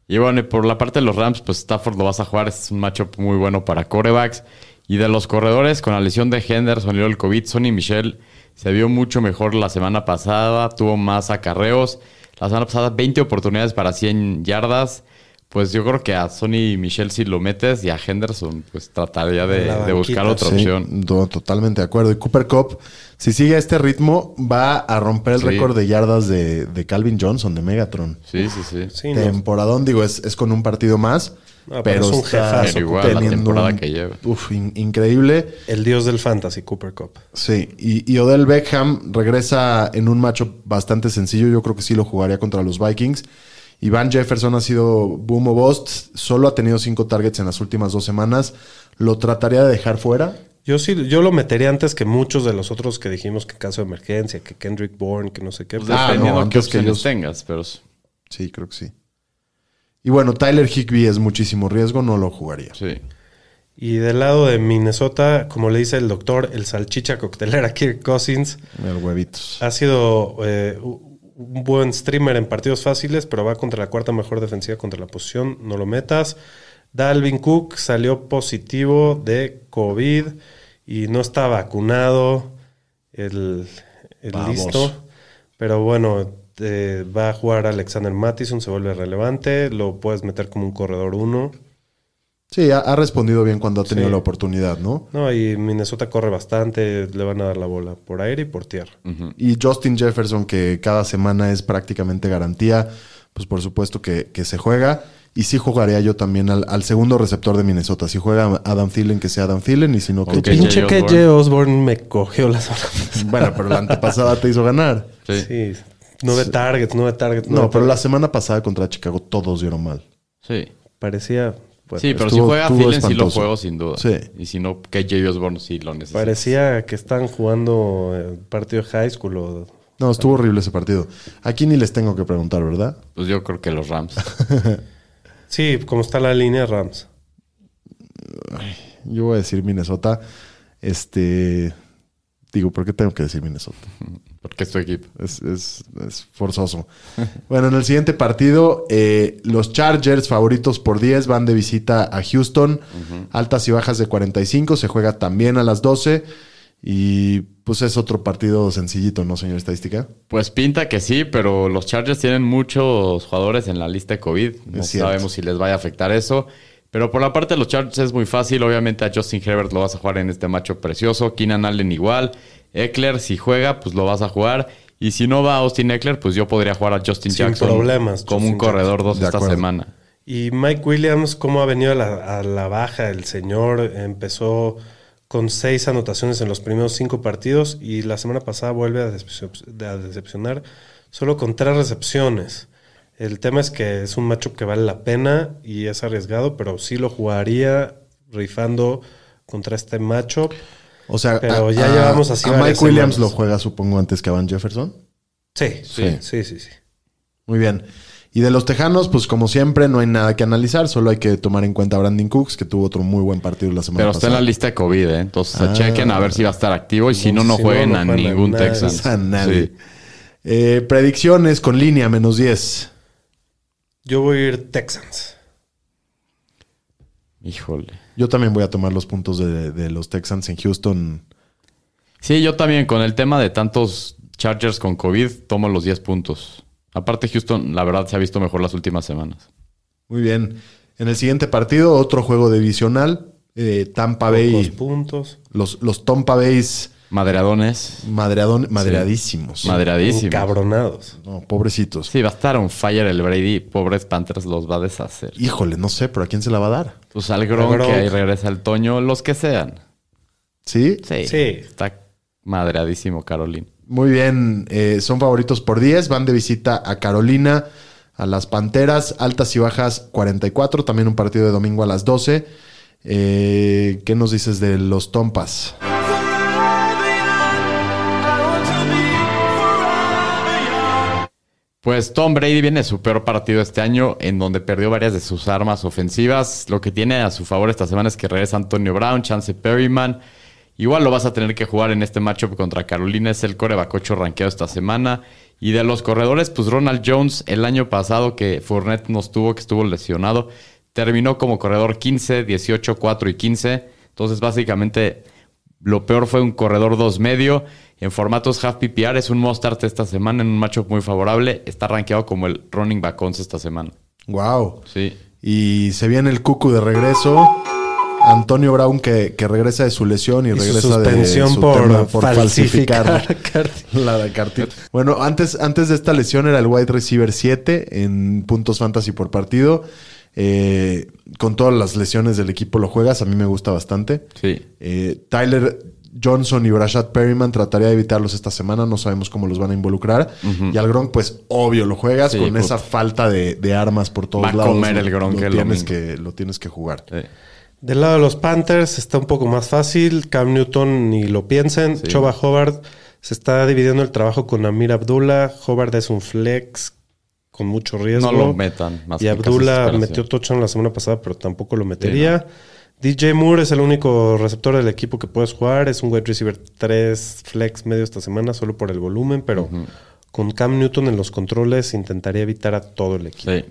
[SPEAKER 5] Y bueno, y por la parte de los Rams, pues Stafford lo vas a jugar. Es un matchup muy bueno para corebacks. Y de los corredores, con la lesión de Henderson y el COVID, Sonny Michel se vio mucho mejor la semana pasada. Tuvo más acarreos. La semana pasada, 20 oportunidades para 100 yardas. Pues yo creo que a Sonny Michel si lo metes y a Henderson, pues trataría de,
[SPEAKER 4] La
[SPEAKER 5] de buscar
[SPEAKER 4] banquita,
[SPEAKER 5] otra
[SPEAKER 3] Sí,
[SPEAKER 5] opción.
[SPEAKER 3] to- totalmente de acuerdo. Y Cooper Cup, si sigue a este ritmo, va a romper el
[SPEAKER 5] Sí.
[SPEAKER 3] récord de yardas de, de Calvin Johnson, de Megatron.
[SPEAKER 5] Sí, sí, sí.
[SPEAKER 4] Sí, no.
[SPEAKER 3] Temporadón, digo, es, es con un partido más.
[SPEAKER 4] No, pero
[SPEAKER 3] pero
[SPEAKER 4] es un
[SPEAKER 3] está
[SPEAKER 4] jefazo,
[SPEAKER 5] Pero igual, la
[SPEAKER 3] teniendo
[SPEAKER 5] temporada
[SPEAKER 3] un-
[SPEAKER 5] que lleva.
[SPEAKER 3] Uf, in- increíble.
[SPEAKER 4] El dios del fantasy, Cooper Cup.
[SPEAKER 3] Sí, y, y Odell Beckham regresa en un macho bastante sencillo. Yo creo que sí lo jugaría contra los Vikings. Iván Jefferson ha sido boom o bust. Solo ha tenido cinco targets en las últimas dos semanas. Lo trataría de dejar fuera.
[SPEAKER 4] Yo sí, yo lo metería antes que muchos de los otros que dijimos que caso de emergencia, que Kendrick Bourne, que no sé qué.
[SPEAKER 5] Pues
[SPEAKER 3] Ah,
[SPEAKER 5] dependiendo
[SPEAKER 3] no,
[SPEAKER 5] qué
[SPEAKER 3] antes que
[SPEAKER 5] opciones
[SPEAKER 3] yo-
[SPEAKER 5] tengas, pero s-
[SPEAKER 3] Sí, creo que sí. Y bueno, Tyler Higby es muchísimo riesgo. No lo jugaría.
[SPEAKER 5] sí.
[SPEAKER 4] Y del lado de Minnesota, como le dice el doctor, el salchicha coctelera Kirk Cousins
[SPEAKER 3] Los huevitos.
[SPEAKER 4] ha sido eh, u- un buen streamer en partidos fáciles, pero va contra la cuarta mejor defensiva contra la posición, no lo metas. Dalvin Cook salió positivo de COVID y no está vacunado el, el
[SPEAKER 3] Vamos.
[SPEAKER 4] listo. Pero bueno, eh, va a jugar Alexander Mattison, se vuelve relevante, lo puedes meter como un corredor uno.
[SPEAKER 3] Sí, ha, ha respondido bien cuando ha tenido
[SPEAKER 4] Sí.
[SPEAKER 3] la oportunidad, ¿no?
[SPEAKER 4] No, y Minnesota corre bastante, le van a dar la bola por aire y por tierra.
[SPEAKER 3] Y Justin Jefferson, que cada semana es prácticamente garantía, pues por supuesto que, que se juega. Y sí jugaría yo también al, al segundo receptor de Minnesota. Si juega Adam Thielen, que sea Adam Thielen. Y si no, que
[SPEAKER 5] Ok.
[SPEAKER 3] Jay-
[SPEAKER 4] Pinche que
[SPEAKER 5] Osborne.
[SPEAKER 4] Jay Osborne me cogió la zona.
[SPEAKER 3] Bueno, pero la antepasada te hizo ganar.
[SPEAKER 5] Sí.
[SPEAKER 4] Sí. Nueve targets, nueve targets.
[SPEAKER 3] No,
[SPEAKER 4] nueve
[SPEAKER 3] pero la
[SPEAKER 4] targets.
[SPEAKER 3] semana pasada contra Chicago todos dieron mal.
[SPEAKER 5] Sí.
[SPEAKER 4] Parecía. pues,
[SPEAKER 5] Sí, pero
[SPEAKER 3] estuvo-
[SPEAKER 5] si juega
[SPEAKER 3] estuvo
[SPEAKER 5] Thielen, sí lo
[SPEAKER 3] espantoso.
[SPEAKER 5] juego sin duda.
[SPEAKER 3] Sí.
[SPEAKER 5] Y si no, KJ Osborne sí lo necesita.
[SPEAKER 4] Parecía que están jugando eh, partido de high school o
[SPEAKER 3] No, estuvo horrible ese partido. Aquí ni les tengo que preguntar, ¿verdad?
[SPEAKER 5] Pues yo creo que los Rams.
[SPEAKER 4] Sí, como está la línea Rams.
[SPEAKER 3] Yo voy a decir Minnesota. Este. Digo, ¿por qué tengo que decir Minnesota?
[SPEAKER 5] Porque es tu equipo.
[SPEAKER 3] Es, es- es forzoso. Bueno, en el siguiente partido, eh, los Chargers, favoritos por 10, van de visita a Houston. Altas y bajas de 45. Se juega también a las 12. Y pues es otro partido sencillito, ¿no, señor estadística?
[SPEAKER 5] Pues pinta que sí, pero los Chargers tienen muchos jugadores en la lista de COVID. No
[SPEAKER 3] Es cierto.
[SPEAKER 5] sabemos si les vaya a afectar eso. Pero por la parte de los Chargers es muy fácil. Obviamente a Justin Herbert lo vas a jugar en este macho precioso. Keenan Allen igual. Eckler, si juega, pues lo vas a jugar. Y si no va Austin Eckler, pues yo podría jugar a Justin
[SPEAKER 4] Sin
[SPEAKER 5] Jackson.
[SPEAKER 4] problemas,
[SPEAKER 5] Como
[SPEAKER 4] Justin
[SPEAKER 5] un corredor dos
[SPEAKER 3] De
[SPEAKER 5] esta
[SPEAKER 3] acuerdo.
[SPEAKER 5] semana.
[SPEAKER 4] Y Mike Williams, ¿cómo ha venido a la, a la baja? El señor empezó con seis anotaciones en los primeros cinco partidos y la semana pasada vuelve a, decep- a decepcionar solo con tres recepciones. El tema es que es un matchup que vale la pena y es arriesgado, pero sí lo jugaría rifando contra este matchup.
[SPEAKER 3] O sea,
[SPEAKER 4] Pero ya llevamos así
[SPEAKER 3] a
[SPEAKER 4] varias
[SPEAKER 3] Mike Williams
[SPEAKER 4] semanas.
[SPEAKER 3] lo juega, supongo, antes que a Van Jefferson.
[SPEAKER 4] Sí,
[SPEAKER 5] Sí.
[SPEAKER 4] sí, sí, sí. sí.
[SPEAKER 3] Muy bien. Y de los Tejanos, pues como siempre, no hay nada que analizar, solo hay que tomar en cuenta a Brandon Cooks, que tuvo otro muy buen partido la semana
[SPEAKER 5] Pero está en
[SPEAKER 3] pasada.
[SPEAKER 5] la lista de COVID, ¿eh? Entonces
[SPEAKER 3] Ah.
[SPEAKER 5] chequen a ver si va a estar activo y si no, no
[SPEAKER 4] Si no,
[SPEAKER 5] jueguen
[SPEAKER 4] no
[SPEAKER 5] a
[SPEAKER 4] juegan a
[SPEAKER 5] ningún
[SPEAKER 4] nadie.
[SPEAKER 5] Texan.
[SPEAKER 3] A nadie.
[SPEAKER 5] Sí.
[SPEAKER 3] Eh, predicciones con línea, menos 10.
[SPEAKER 4] Yo voy a ir Texans.
[SPEAKER 5] Híjole.
[SPEAKER 3] Yo también voy a tomar los puntos de, de los Texans en Houston.
[SPEAKER 5] Sí, yo también con el tema de tantos Chargers con COVID tomo los 10 puntos. Aparte Houston, la verdad, se ha visto mejor las últimas semanas.
[SPEAKER 3] Muy bien. En el siguiente partido, otro juego divisional. eh, Tampa
[SPEAKER 4] Pocos
[SPEAKER 3] Bay.
[SPEAKER 4] puntos.
[SPEAKER 3] Los, los Tampa Bays
[SPEAKER 5] Madreadones,
[SPEAKER 3] madreadón- madreadísimos.
[SPEAKER 4] Uh,
[SPEAKER 5] madreadísimos.
[SPEAKER 4] Cabronados.
[SPEAKER 3] No, pobrecitos.
[SPEAKER 5] Sí, va a estar on fire el Brady. Pobres Panthers los va a deshacer.
[SPEAKER 3] Híjole, no sé, pero ¿a quién se la va a dar?
[SPEAKER 5] Pues al
[SPEAKER 4] Al
[SPEAKER 5] Gronk,
[SPEAKER 4] Gronk.
[SPEAKER 5] que ahí regresa el Toño, los que sean.
[SPEAKER 3] ¿Sí?
[SPEAKER 5] Sí.
[SPEAKER 4] Sí.
[SPEAKER 5] Está madreadísimo Carolina.
[SPEAKER 3] Muy bien, eh, son favoritos por 10, van de visita a Carolina, a las Panteras, altas y bajas 44, también un partido de domingo a las 12. Eh, ¿Qué nos dices de los Tompas?
[SPEAKER 5] Pues Tom Brady viene de su peor partido este año, en donde perdió varias de sus armas ofensivas. Lo que tiene a su favor esta semana es que regresa Antonio Brown, Chance Perryman. Igual lo vas a tener que jugar en este matchup contra Carolina. Es el corebacocho rankeado esta semana. Y de los corredores, pues Ronald Jones, el año pasado que Fournette nos tuvo, que estuvo lesionado, terminó como corredor 15, 18, 4 y 15. Entonces, básicamente, lo peor fue un corredor 2 medio. En formatos half PPR es un mostarte esta semana en un matchup muy favorable. Está rankeado como el running back 11 esta semana.
[SPEAKER 3] Wow.
[SPEAKER 5] Sí.
[SPEAKER 3] Y se viene el Cucu de regreso. Antonio Brown que, que regresa de su lesión y,
[SPEAKER 4] Y su
[SPEAKER 3] regresa
[SPEAKER 4] suspensión
[SPEAKER 3] de su
[SPEAKER 4] por,
[SPEAKER 3] tema por
[SPEAKER 4] falsificar.
[SPEAKER 3] falsificar
[SPEAKER 4] cartas.
[SPEAKER 3] la de cartita. Bueno, antes, antes de esta lesión era el wide receiver 7 en puntos fantasy por partido. Eh, con todas las lesiones del equipo lo juegas, a mí me gusta bastante.
[SPEAKER 5] Sí.
[SPEAKER 3] Eh, Tyler Johnson y Brashad Perryman trataría de evitarlos esta semana, no sabemos cómo los van a involucrar. Y al Gronk, pues obvio, lo juegas
[SPEAKER 5] Sí,
[SPEAKER 3] con
[SPEAKER 5] puta.
[SPEAKER 3] esa falta de, de armas por todos
[SPEAKER 5] Va a
[SPEAKER 3] lados.
[SPEAKER 5] comer
[SPEAKER 3] Lo-
[SPEAKER 5] el Gronk
[SPEAKER 3] lo
[SPEAKER 5] el
[SPEAKER 3] tienes
[SPEAKER 5] domingo.
[SPEAKER 3] que Lo tienes que jugar.
[SPEAKER 5] Sí.
[SPEAKER 4] Del lado de los Panthers está un poco más fácil. Cam Newton ni lo piensen. Choba Hobart se está dividiendo el trabajo con Amir Abdullah. Hobart es un flex con mucho riesgo.
[SPEAKER 5] No lo metan, más
[SPEAKER 4] y
[SPEAKER 5] que en caso de
[SPEAKER 4] Abdullah
[SPEAKER 5] desesperación.
[SPEAKER 4] metió touchdown la semana pasada, pero tampoco lo metería. DJ Moore es el único receptor del equipo que puedes jugar. Es un wide receiver 3 flex medio esta semana, solo por el volumen, pero con Cam Newton en los controles intentaría evitar a todo el equipo.
[SPEAKER 5] Sí.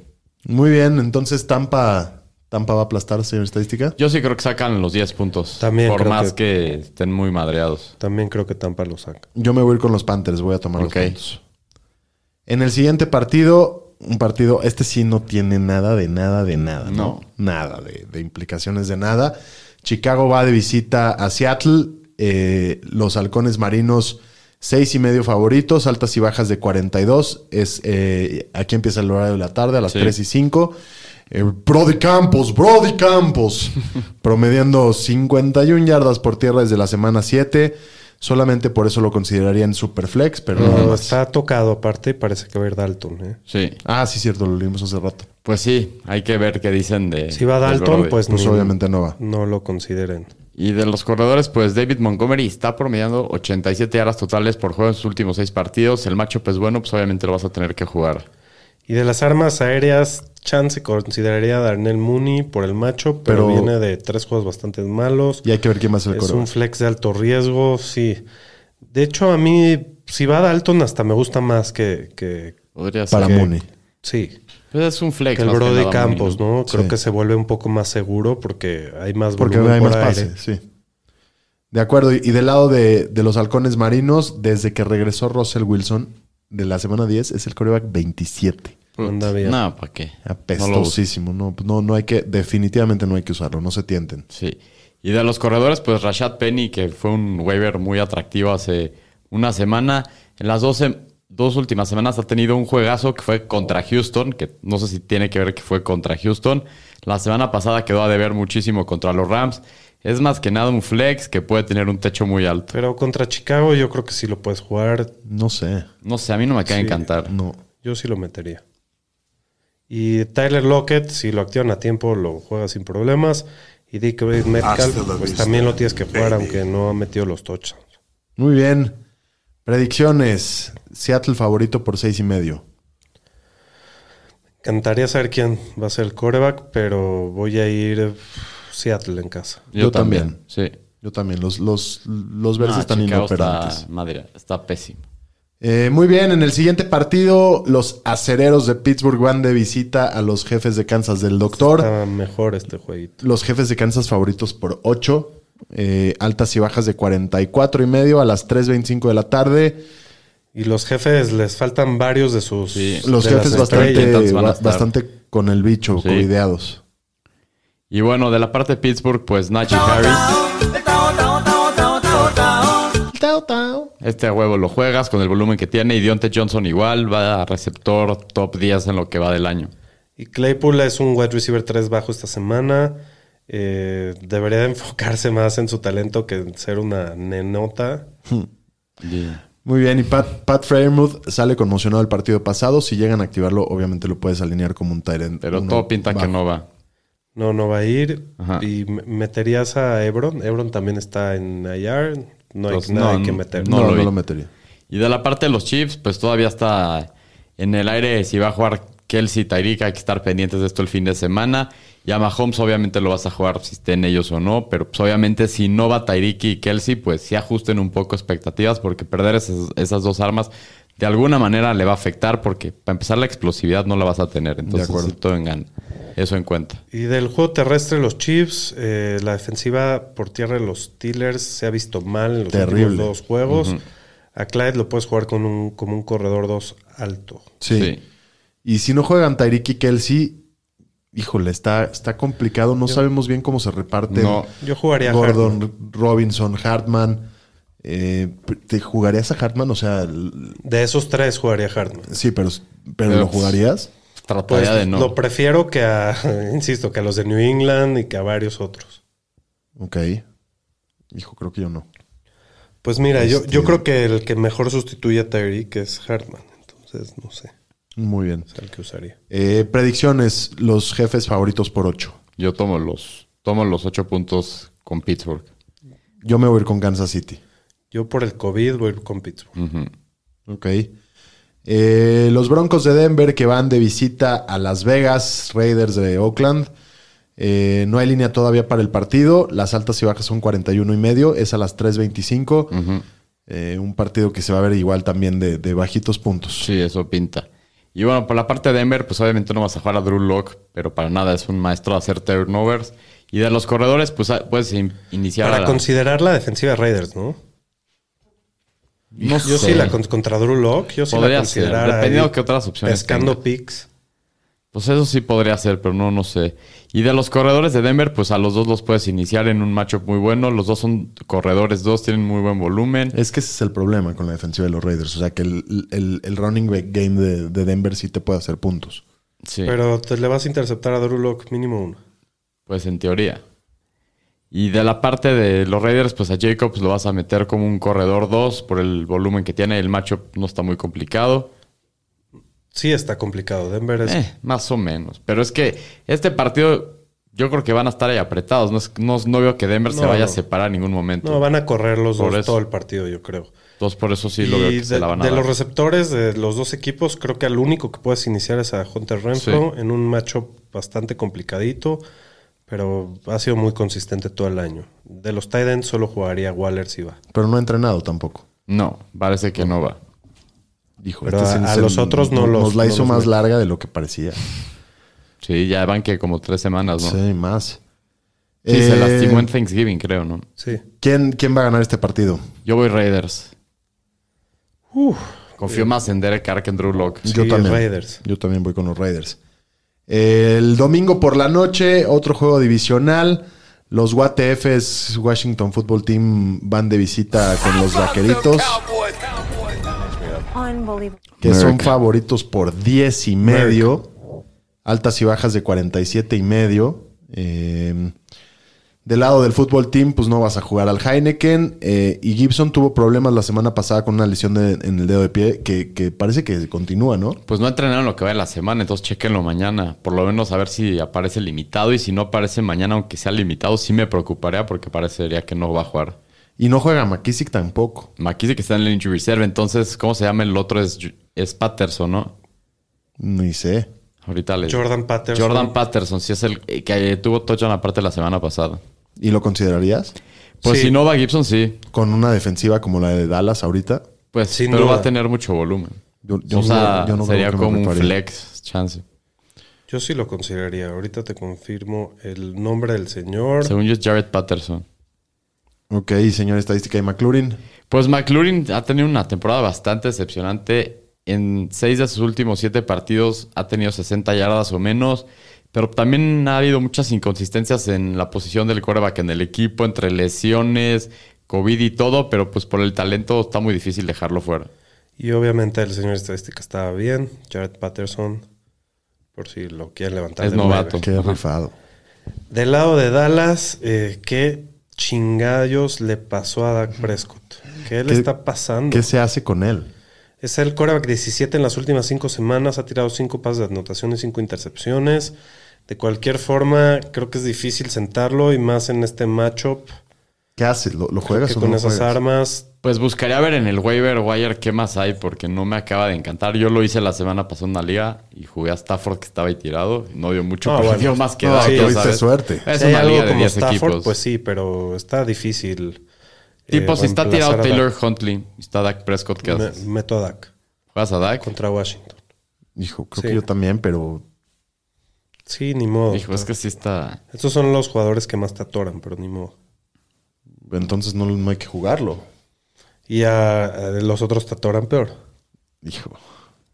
[SPEAKER 3] Muy bien, entonces Tampa, Tampa va a aplastar, señor estadística.
[SPEAKER 5] Yo sí creo que sacan los 10 puntos.
[SPEAKER 4] También
[SPEAKER 5] Por
[SPEAKER 4] creo
[SPEAKER 5] más que...
[SPEAKER 4] que-
[SPEAKER 5] estén muy madreados.
[SPEAKER 4] También creo que Tampa lo saca.
[SPEAKER 3] Yo me voy a ir con los Panthers, voy a tomar
[SPEAKER 5] Ok.
[SPEAKER 3] los puntos. En el siguiente partido, un partido, este sí no tiene nada de nada de nada, ¿no? Nada de, de implicaciones de nada. Chicago va de visita a Seattle, eh, los halcones marinos seis y medio favoritos, altas y bajas de 42, es, eh, aquí empieza el horario de la tarde a las
[SPEAKER 5] Sí.
[SPEAKER 3] 3 y 5. eh, Brody Campos, Brody Campos, promediando 51 yardas por tierra desde la semana 7. Solamente por eso lo consideraría en Superflex, pero nada
[SPEAKER 4] Pero
[SPEAKER 3] más.
[SPEAKER 4] está tocado aparte y parece que va a ir Dalton. ¿eh?
[SPEAKER 5] Sí.
[SPEAKER 3] Ah, sí, cierto, lo leímos hace rato.
[SPEAKER 5] Pues sí, hay que ver qué dicen de.
[SPEAKER 4] Si va
[SPEAKER 5] del
[SPEAKER 4] Dalton,
[SPEAKER 5] Brody.
[SPEAKER 4] pues,
[SPEAKER 3] Pues
[SPEAKER 4] ni-
[SPEAKER 3] obviamente no va.
[SPEAKER 4] No lo consideren.
[SPEAKER 5] Y de los corredores, pues David Montgomery está promediando 87 yardas totales por juego en sus últimos seis partidos. El matchup es bueno, pues obviamente lo vas a tener que jugar.
[SPEAKER 4] Y de las armas aéreas, Chance consideraría a Darnell Mooney por el macho, pero,
[SPEAKER 3] Pero-
[SPEAKER 4] viene de tres juegos bastante malos.
[SPEAKER 3] Y hay que ver quién más es el
[SPEAKER 4] Es un
[SPEAKER 3] coreback.
[SPEAKER 4] flex de alto riesgo, sí. De hecho, a mí, si va Dalton, hasta me gusta más que. que
[SPEAKER 5] Podría ser.
[SPEAKER 3] Para
[SPEAKER 5] que-
[SPEAKER 3] Mooney.
[SPEAKER 4] sí.
[SPEAKER 5] Pues es un flex.
[SPEAKER 4] Que el
[SPEAKER 5] más que
[SPEAKER 4] Brody
[SPEAKER 5] nada,
[SPEAKER 4] Campos,
[SPEAKER 5] Mooney,
[SPEAKER 4] ¿no? Creo
[SPEAKER 3] Sí.
[SPEAKER 4] que se vuelve un poco más seguro porque hay más
[SPEAKER 3] Porque
[SPEAKER 4] volumen
[SPEAKER 3] hay
[SPEAKER 4] por
[SPEAKER 3] más
[SPEAKER 4] aire.
[SPEAKER 3] pases, sí. De acuerdo, y y del lado de, de los halcones marinos, desde que regresó Russell Wilson de la semana 10, es el coreback 27.
[SPEAKER 5] Put,
[SPEAKER 4] Anda bien.
[SPEAKER 5] No, ¿para qué? No lo uso.
[SPEAKER 3] Apestosísimo. No, pues no, no hay que, definitivamente no hay que usarlo, no se tienten.
[SPEAKER 5] Sí. Y de los corredores, pues Rashad Penny, que fue un waiver muy atractivo hace una semana. En las 12, dos últimas semanas ha tenido un juegazo que fue contra Houston, que no sé si tiene que ver que fue contra Houston. La semana pasada quedó a deber muchísimo contra los Rams. Es más que nada un flex que puede tener un techo muy alto.
[SPEAKER 4] Pero contra Chicago, yo creo que sí lo puedes jugar.
[SPEAKER 3] No sé.
[SPEAKER 5] No sé, a mí no me acaba de encantar.
[SPEAKER 3] No.
[SPEAKER 4] Yo sí lo metería. Y Tyler Lockett, si lo activan a tiempo, lo juega sin problemas. Y Dick Metcalf,
[SPEAKER 1] Hasta la
[SPEAKER 4] pues
[SPEAKER 1] vista,
[SPEAKER 4] también lo tienes que jugar,
[SPEAKER 1] baby.
[SPEAKER 4] aunque no ha metido los touchdowns.
[SPEAKER 3] Muy bien. Predicciones. Seattle favorito por seis y medio.
[SPEAKER 4] Encantaría saber quién va a ser el coreback, pero voy a ir eh, Seattle en casa.
[SPEAKER 3] Yo también.
[SPEAKER 5] Sí.
[SPEAKER 3] Yo también. Los, los, los versos
[SPEAKER 5] No,
[SPEAKER 3] están
[SPEAKER 5] Ah, Chicago
[SPEAKER 3] inoperantes.
[SPEAKER 5] está, madre, está pésimo.
[SPEAKER 3] Eh, muy bien, en el siguiente partido, los acereros de Pittsburgh van de visita a los jefes de Kansas del doctor.
[SPEAKER 4] Está mejor este jueguito.
[SPEAKER 3] Los jefes de Kansas favoritos por 8. altas y bajas de 44 y medio a las 3.25 de la tarde.
[SPEAKER 4] Y los jefes les faltan varios de sus.
[SPEAKER 5] Sí.
[SPEAKER 3] Los
[SPEAKER 4] de
[SPEAKER 3] jefes
[SPEAKER 4] las
[SPEAKER 3] bastante,
[SPEAKER 4] estrellas.
[SPEAKER 5] entonces van a
[SPEAKER 3] ba-
[SPEAKER 5] estar.
[SPEAKER 3] bastante con el bicho,
[SPEAKER 5] Sí.
[SPEAKER 3] coideados.
[SPEAKER 5] Y bueno, de la parte de Pittsburgh, pues Najee Harris.
[SPEAKER 3] Tao, tao.
[SPEAKER 5] Este a huevo lo juegas con el volumen que tiene y Dionte Johnson igual va a receptor top 10 en lo que va del año.
[SPEAKER 4] Y Claypool es un wide receiver 3 bajo esta semana. Eh, debería de enfocarse más en su talento que en ser una nenota.
[SPEAKER 3] Muy bien, y Pat, Pat Freiermuth sale conmocionado el partido pasado. Si llegan a activarlo, obviamente lo puedes alinear como un Tyrant.
[SPEAKER 5] Pero todo pinta que no va.
[SPEAKER 4] No, no va a ir.
[SPEAKER 5] Ajá.
[SPEAKER 4] Y me- meterías a Ebron. Ebron también está en IR. No hay
[SPEAKER 5] Entonces,
[SPEAKER 4] nada
[SPEAKER 5] no,
[SPEAKER 4] que meter.
[SPEAKER 5] no
[SPEAKER 3] No,
[SPEAKER 5] lo
[SPEAKER 3] no
[SPEAKER 5] vi.
[SPEAKER 3] lo metería.
[SPEAKER 5] Y de la parte de los Chiefs, pues todavía está en el aire si va a jugar Kelsey, Tyreek, hay que estar pendientes de esto el fin de semana. Y a Mahomes obviamente lo vas a jugar si estén ellos o no, pero pues obviamente si no va Tyreek y Kelsey, pues sí ajusten un poco expectativas porque perder esas, esas dos armas de alguna manera le va a afectar porque para empezar la explosividad no la vas a tener. Entonces
[SPEAKER 3] acuerdo.
[SPEAKER 5] sí, todo en gan- Eso en cuenta.
[SPEAKER 4] Y del juego terrestre, los Chiefs, eh, la defensiva por tierra de los Steelers se ha visto mal en los
[SPEAKER 3] Terrible.
[SPEAKER 4] últimos dos juegos. A Clyde lo puedes jugar con un, como un corredor 2 alto.
[SPEAKER 3] sí. Y si no juegan Tyreek y Kelsey, híjole, está, está complicado. No sabemos bien cómo se reparten.
[SPEAKER 5] No.
[SPEAKER 4] Yo jugaría a
[SPEAKER 3] Gordon,
[SPEAKER 4] Hartman.
[SPEAKER 3] Robinson, Hartman. Eh, ¿Te jugarías a Hartman? O sea, l-
[SPEAKER 4] De esos tres jugaría a Hartman.
[SPEAKER 3] sí, pero, pero ¿lo
[SPEAKER 5] Ups.
[SPEAKER 3] jugarías?
[SPEAKER 5] Trataría
[SPEAKER 4] Pues,
[SPEAKER 5] de no.
[SPEAKER 4] Lo prefiero que a, insisto, que a los de New England y que a varios otros.
[SPEAKER 3] Ok. Hijo, creo que yo no.
[SPEAKER 4] Pues mira, yo, yo
[SPEAKER 3] Este-
[SPEAKER 4] creo que el que mejor sustituye a Tyreek es Hartman. Entonces, no sé,
[SPEAKER 3] Muy bien.
[SPEAKER 4] es el que usaría.
[SPEAKER 3] Eh, predicciones, los jefes favoritos por 8.
[SPEAKER 5] Yo tomo los, tomo los ocho puntos con Pittsburgh.
[SPEAKER 3] Yo me voy a ir con Kansas City.
[SPEAKER 4] Yo por el COVID voy con Pittsburgh.
[SPEAKER 3] Ok. Eh, los Broncos de Denver que van de visita a Las Vegas, Raiders de Oakland. Eh, no hay línea todavía para el partido. Las altas y bajas son 41 y medio. Es a las 3.25. Eh, un partido que se va a ver igual también de, de bajitos puntos.
[SPEAKER 5] Sí, eso pinta. Y bueno, por la parte de Denver, pues obviamente no vas a jugar a Drew Locke, pero para nada es un maestro de hacer turnovers. Y de los corredores, pues ah, puedes in- iniciar. a
[SPEAKER 4] Para
[SPEAKER 5] la-
[SPEAKER 4] considerar la defensiva de Raiders, ¿no?
[SPEAKER 5] No
[SPEAKER 4] Yo sí
[SPEAKER 5] sé.
[SPEAKER 4] la con- contra Drew Locke, yo sí
[SPEAKER 5] Podría
[SPEAKER 4] la
[SPEAKER 5] ser,
[SPEAKER 4] considerara.
[SPEAKER 5] dependiendo
[SPEAKER 4] ahí
[SPEAKER 5] qué otras opciones
[SPEAKER 4] Pescando
[SPEAKER 5] tenga.
[SPEAKER 4] picks.
[SPEAKER 5] Pues eso sí podría ser, pero no, no sé. Y de los corredores de Denver, pues a los dos los puedes iniciar en un matchup muy bueno. Los dos son corredores, dos tienen muy buen volumen.
[SPEAKER 4] Eh,
[SPEAKER 3] Es que ese es el problema con la defensiva de los Raiders. O sea, que el, el- el running back game de, de Denver sí te puede hacer puntos.
[SPEAKER 5] Sí.
[SPEAKER 4] Pero te le vas a interceptar a Drew Lock mínimo uno.
[SPEAKER 5] Pues en teoría. Y de la parte de los Raiders, pues a Jacobs lo vas a meter como un corredor 2 por el volumen que tiene. El matchup no está muy complicado.
[SPEAKER 4] Sí está complicado. Denver es...
[SPEAKER 5] Eh, más o menos. Pero es que este partido yo creo que van a estar ahí apretados. No, es- no- no veo que Denver se
[SPEAKER 4] No,
[SPEAKER 5] vaya a
[SPEAKER 4] no.
[SPEAKER 5] separar en ningún momento.
[SPEAKER 4] No, van a correr los
[SPEAKER 5] Por
[SPEAKER 4] dos
[SPEAKER 5] eso.
[SPEAKER 4] todo el partido, yo creo.
[SPEAKER 5] Entonces por eso sí lo veo que
[SPEAKER 4] de,
[SPEAKER 5] se la van a
[SPEAKER 4] de
[SPEAKER 5] dar.
[SPEAKER 4] los receptores de los dos equipos, creo que al único que puedes iniciar es a Hunter Renfro en un matchup bastante complicadito, pero ha sido muy consistente todo el año. De los tight ends solo jugaría Waller si va.
[SPEAKER 3] Pero no ha entrenado tampoco.
[SPEAKER 5] No, parece que no va.
[SPEAKER 3] Dijo, este
[SPEAKER 4] Pero a- a los otros no los-
[SPEAKER 3] Nos la
[SPEAKER 4] no
[SPEAKER 3] hizo
[SPEAKER 4] los
[SPEAKER 3] más
[SPEAKER 4] mete.
[SPEAKER 3] larga de lo que parecía.
[SPEAKER 5] Sí, ya van que como tres semanas, ¿no? Sí,
[SPEAKER 3] Sí, más.
[SPEAKER 5] se
[SPEAKER 3] Eh,
[SPEAKER 5] lastimó en Thanksgiving, creo, ¿no?
[SPEAKER 4] Sí.
[SPEAKER 3] ¿quién, ¿Quién va a ganar este partido?
[SPEAKER 5] Yo voy Raiders. Confío más en Derek Carr que en Drew Locke.
[SPEAKER 4] Sí, Raiders.
[SPEAKER 3] Yo también voy con los Raiders. El domingo por la noche, otro juego divisional. Los WTFs Washington Football Team van de visita con los vaqueritos,
[SPEAKER 8] Unbelievable.
[SPEAKER 3] que son
[SPEAKER 5] America.
[SPEAKER 3] favoritos por 10 y medio. Altas y bajas de 47 y medio. Eh, del lado del fútbol team, pues no vas a jugar al Heineken. eh, y Gibson tuvo problemas la semana pasada con una lesión de- en el dedo de pie que, que parece que continúa, ¿no?
[SPEAKER 5] Pues no entrenaron lo que va de la semana, entonces chequenlo mañana. Por lo menos a ver si aparece limitado. Y si no aparece mañana, aunque sea limitado, sí me preocuparía porque parecería que no va a jugar.
[SPEAKER 3] Y no juega McKissick tampoco.
[SPEAKER 5] Aquí sí que está en el injury reserve, entonces, ¿cómo se llama el otro? Es, es Patterson, ¿no?
[SPEAKER 3] Ni sé.
[SPEAKER 5] Ahorita les...
[SPEAKER 4] Jordan Patterson.
[SPEAKER 5] Jordan Patterson, sí es el que que tuvo touchdown aparte la semana pasada.
[SPEAKER 3] ¿Y lo considerarías?
[SPEAKER 5] Pues
[SPEAKER 4] Sí.
[SPEAKER 5] si no va Gibson, sí.
[SPEAKER 3] Con una defensiva como la de Dallas ahorita.
[SPEAKER 5] Pues
[SPEAKER 4] Sin
[SPEAKER 5] pero
[SPEAKER 4] duda.
[SPEAKER 5] va a tener mucho volumen.
[SPEAKER 3] Yo- yo
[SPEAKER 5] o
[SPEAKER 3] no-
[SPEAKER 5] sea,
[SPEAKER 3] yo no creo
[SPEAKER 5] sería
[SPEAKER 3] que me
[SPEAKER 5] como un
[SPEAKER 3] prepare.
[SPEAKER 5] flex chance.
[SPEAKER 4] Yo sí lo consideraría. Ahorita te confirmo el nombre del señor.
[SPEAKER 5] Según yo es Jared Patterson.
[SPEAKER 3] Ok, señor estadística y McLaurin.
[SPEAKER 5] Pues McLaurin ha tenido una temporada bastante decepcionante. En seis de sus últimos siete partidos ha tenido 60 yardas o menos. Pero también ha habido muchas inconsistencias en la posición del coreback en el equipo, entre lesiones, COVID y todo. Pero pues por el talento está muy difícil dejarlo fuera.
[SPEAKER 4] Y obviamente el señor estadística estaba bien. Jared Patterson, por si lo quieren levantar.
[SPEAKER 5] Es
[SPEAKER 4] de nueve.
[SPEAKER 5] novato.
[SPEAKER 3] Qué rifado.
[SPEAKER 4] Del lado de Dallas, eh, ¿qué chingallos le pasó a Dak Prescott? ¿Qué le
[SPEAKER 3] ¿Qué-
[SPEAKER 4] está pasando?
[SPEAKER 3] ¿Qué se hace con él?
[SPEAKER 4] Es el coreback 17 en las últimas cinco semanas. Ha tirado cinco pases de anotación y cinco intercepciones. De cualquier forma, creo que es difícil sentarlo y más en este matchup.
[SPEAKER 3] ¿Qué haces? ¿Lo, lo
[SPEAKER 4] Creo
[SPEAKER 3] juegas
[SPEAKER 4] que
[SPEAKER 3] o
[SPEAKER 4] con
[SPEAKER 3] no
[SPEAKER 4] esas
[SPEAKER 3] juegas?
[SPEAKER 4] armas
[SPEAKER 5] Pues buscaría ver en el waiver wire qué más hay porque no me acaba de encantar. Yo lo hice la semana pasada en una liga y jugué a Stafford que estaba ahí tirado. No dio mucho,
[SPEAKER 4] Ah, Eh,
[SPEAKER 5] pero
[SPEAKER 4] bueno.
[SPEAKER 5] dio más que
[SPEAKER 3] No,
[SPEAKER 5] Dak,
[SPEAKER 4] sí,
[SPEAKER 5] ya
[SPEAKER 4] tuviste
[SPEAKER 5] sabes.
[SPEAKER 3] suerte.
[SPEAKER 5] Es
[SPEAKER 4] Si hay
[SPEAKER 5] una
[SPEAKER 4] algo
[SPEAKER 5] liga de
[SPEAKER 4] como
[SPEAKER 5] 10
[SPEAKER 4] Stafford,
[SPEAKER 5] equipos.
[SPEAKER 4] pues sí, pero está difícil.
[SPEAKER 5] tipo,
[SPEAKER 4] eh,
[SPEAKER 5] si está
[SPEAKER 4] reemplazar
[SPEAKER 5] tirado
[SPEAKER 4] a
[SPEAKER 5] Taylor
[SPEAKER 4] Dak.
[SPEAKER 5] Huntley, está Dak Prescott, ¿qué haces?
[SPEAKER 4] Me- meto a Dak
[SPEAKER 5] ¿Juegas a Dak?
[SPEAKER 4] contra Washington.
[SPEAKER 3] Hijo, creo
[SPEAKER 4] Sí.
[SPEAKER 3] que yo también, pero
[SPEAKER 4] Sí, ni modo.
[SPEAKER 5] Hijo, es que sí está...
[SPEAKER 4] Estos son los jugadores que más te atoran, pero ni modo.
[SPEAKER 3] entonces no, no hay que jugarlo.
[SPEAKER 4] Y a, a los otros te atoran peor.
[SPEAKER 3] Hijo.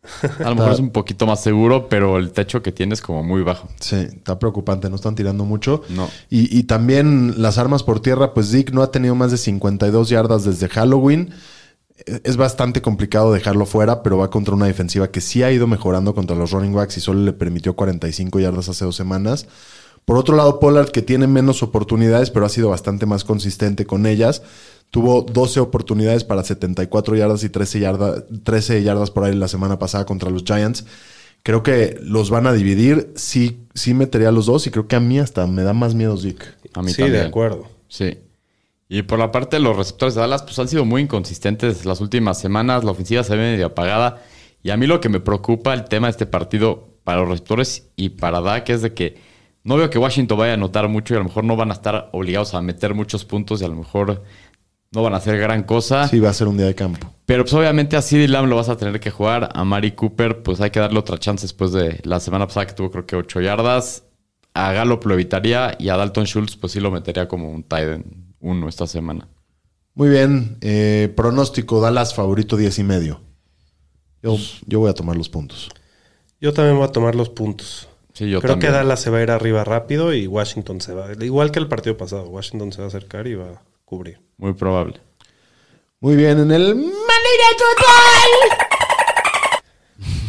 [SPEAKER 5] A lo mejor es un poquito más seguro, pero el techo que tiene es como muy bajo.
[SPEAKER 3] Sí, está preocupante, no están tirando mucho.
[SPEAKER 5] No.
[SPEAKER 3] Y, y también las armas por tierra, pues Dick no ha tenido más de 52 yardas desde Halloween. E- Es bastante complicado dejarlo fuera, pero va contra una defensiva que sí ha ido mejorando contra los running backs y solo le permitió 45 yardas hace dos semanas. Por otro lado, Pollard, que tiene menos oportunidades, pero ha sido bastante más consistente con ellas. Tuvo 12 oportunidades para 74 yardas y 13, yarda- 13 yardas por ahí la semana pasada contra los Giants. Creo que los van a dividir. Sí, sí metería a los dos y creo que a mí hasta me da más miedo Zeke.
[SPEAKER 5] A mí
[SPEAKER 4] sí,
[SPEAKER 5] también.
[SPEAKER 4] de acuerdo.
[SPEAKER 5] Sí. Y por la parte de los receptores de Dallas, pues han sido muy inconsistentes las últimas semanas. La ofensiva se ve medio apagada. Y a mí lo que me preocupa el tema de este partido para los receptores y para Dak es de que no veo que Washington vaya a anotar mucho y a lo mejor no van a estar obligados a meter muchos puntos y a lo mejor no van a hacer gran
[SPEAKER 4] Ah.
[SPEAKER 5] cosa.
[SPEAKER 3] Sí, va a ser un día de campo.
[SPEAKER 5] Pero pues obviamente a CD Lamb lo vas a tener que jugar. A Mari Cooper, pues hay que darle otra chance después de la semana pasada que tuvo creo que 8 yardas. A Gallup lo evitaría y a Dalton Schultz, pues sí lo metería como un tight end uno esta semana.
[SPEAKER 3] Muy bien. eh, pronóstico, Dallas favorito 10 y medio. Yo,
[SPEAKER 4] Pues,
[SPEAKER 3] yo voy a tomar los puntos.
[SPEAKER 4] Yo también voy a tomar los puntos.
[SPEAKER 5] Sí, yo
[SPEAKER 4] Creo
[SPEAKER 5] también.
[SPEAKER 4] que Dallas se va a ir arriba rápido y Washington se va. Igual que el partido pasado, Washington se va a acercar y va a cubrir.
[SPEAKER 5] Muy probable.
[SPEAKER 3] Muy bien, en el...
[SPEAKER 4] Eh,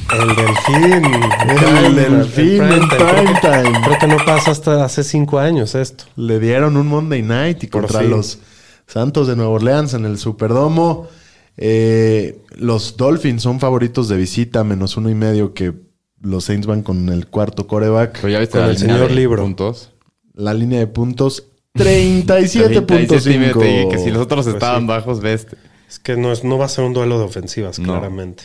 [SPEAKER 4] El delfín.
[SPEAKER 3] El delfín
[SPEAKER 4] prime
[SPEAKER 3] en prime
[SPEAKER 4] time. Creo que-
[SPEAKER 3] time.
[SPEAKER 4] Creo que no pasa hasta hace cinco años esto.
[SPEAKER 3] Le dieron un Monday Night y
[SPEAKER 4] Por
[SPEAKER 3] contra
[SPEAKER 4] fin.
[SPEAKER 3] los Santos de Nueva Orleans en el Superdomo. Eh, los Dolphins son favoritos de visita, menos uno y medio que los Saints van con el cuarto coreback.
[SPEAKER 5] Pero ya viste
[SPEAKER 4] Con
[SPEAKER 5] la
[SPEAKER 4] el
[SPEAKER 5] línea
[SPEAKER 4] señor
[SPEAKER 5] de
[SPEAKER 4] Libro.
[SPEAKER 5] puntos.
[SPEAKER 3] La línea de puntos,
[SPEAKER 5] 37.5. Y que si
[SPEAKER 3] 37.5.
[SPEAKER 5] los otros
[SPEAKER 4] Pues
[SPEAKER 5] estaban
[SPEAKER 4] sí.
[SPEAKER 5] bajos, ves. este.
[SPEAKER 4] Es que no, es, no va a ser un duelo de ofensivas,
[SPEAKER 5] No.
[SPEAKER 4] claramente.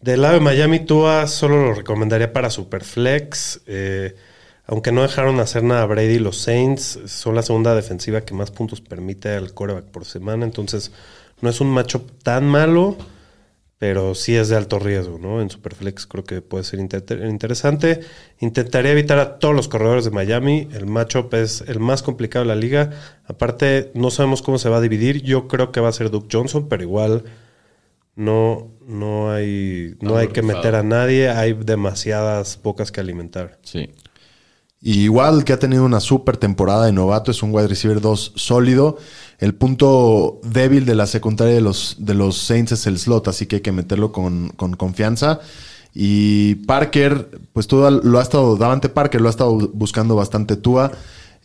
[SPEAKER 4] Del lado de Miami, Tua solo lo recomendaría para Superflex. eh, aunque no dejaron hacer nada a Brady, los Saints son la segunda defensiva que más puntos permite al coreback por semana. Entonces, no es un matchup tan malo, pero sí es de alto riesgo, ¿no? En Superflex creo que puede ser inter- interesante. Intentaría evitar a todos los corredores de Miami. El matchup es el más complicado de la liga. Aparte, no sabemos cómo se va a dividir. Yo creo que va a ser Duke Johnson, pero igual no, no hay, no
[SPEAKER 5] Está
[SPEAKER 4] hay
[SPEAKER 5] muy
[SPEAKER 4] que
[SPEAKER 5] rifado.
[SPEAKER 4] meter a nadie. Hay demasiadas pocas que alimentar.
[SPEAKER 5] Sí.
[SPEAKER 3] Y Waddle, que ha tenido una super temporada de novato, es un wide receiver 2 sólido. El punto débil de la secundaria de los, de los Saints es el slot, así que hay que meterlo con, con confianza. Y Parker, pues tú lo ha estado, Davante Parker lo ha estado buscando bastante Tua.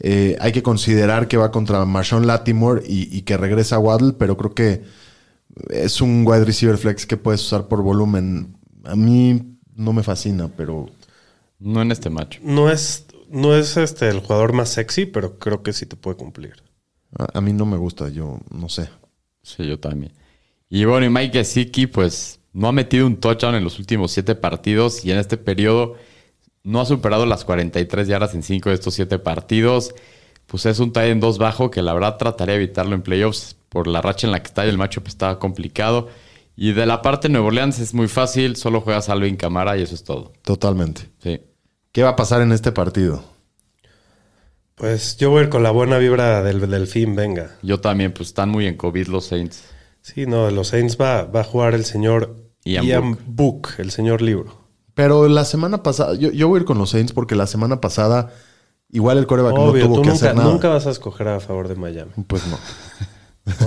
[SPEAKER 3] Eh, hay que considerar que va contra Marshawn Latimore y, y que regresa Waddle, pero creo que es un wide receiver flex que puedes usar por volumen. A mí no me fascina, pero
[SPEAKER 5] No en este macho.
[SPEAKER 4] No es, no es este el jugador más sexy, pero creo que sí te puede cumplir.
[SPEAKER 3] a- a mí no me gusta, yo no sé.
[SPEAKER 5] Sí, yo también. Y bueno, y Mike Gesicki, pues no ha metido un touchdown en los últimos siete partidos y en este periodo no ha superado las 43 yardas en cinco de estos siete partidos. Pues es un tight en dos bajo que la verdad trataría de evitarlo en playoffs por la racha en la que está y el matchup está complicado. Y de la parte de Nuevo Orleans es muy fácil, solo juegas a Alvin Camara y eso es todo.
[SPEAKER 3] Totalmente.
[SPEAKER 5] Sí.
[SPEAKER 3] ¿Qué va a pasar en este partido?
[SPEAKER 4] Pues yo voy a ir con la buena vibra del delfín, venga.
[SPEAKER 5] Yo también, pues están muy en COVID los Saints.
[SPEAKER 4] Sí, no, de los Saints va, va a jugar el señor
[SPEAKER 5] Ian
[SPEAKER 4] Ian, Book. el señor libro.
[SPEAKER 3] Pero la semana pasada, yo, yo voy a ir con los Saints porque la semana pasada igual el coreback
[SPEAKER 4] Obvio,
[SPEAKER 3] no tuvo
[SPEAKER 4] tú
[SPEAKER 3] que
[SPEAKER 4] nunca,
[SPEAKER 3] hacer nada.
[SPEAKER 4] nunca vas a escoger a favor de Miami.
[SPEAKER 3] Pues no.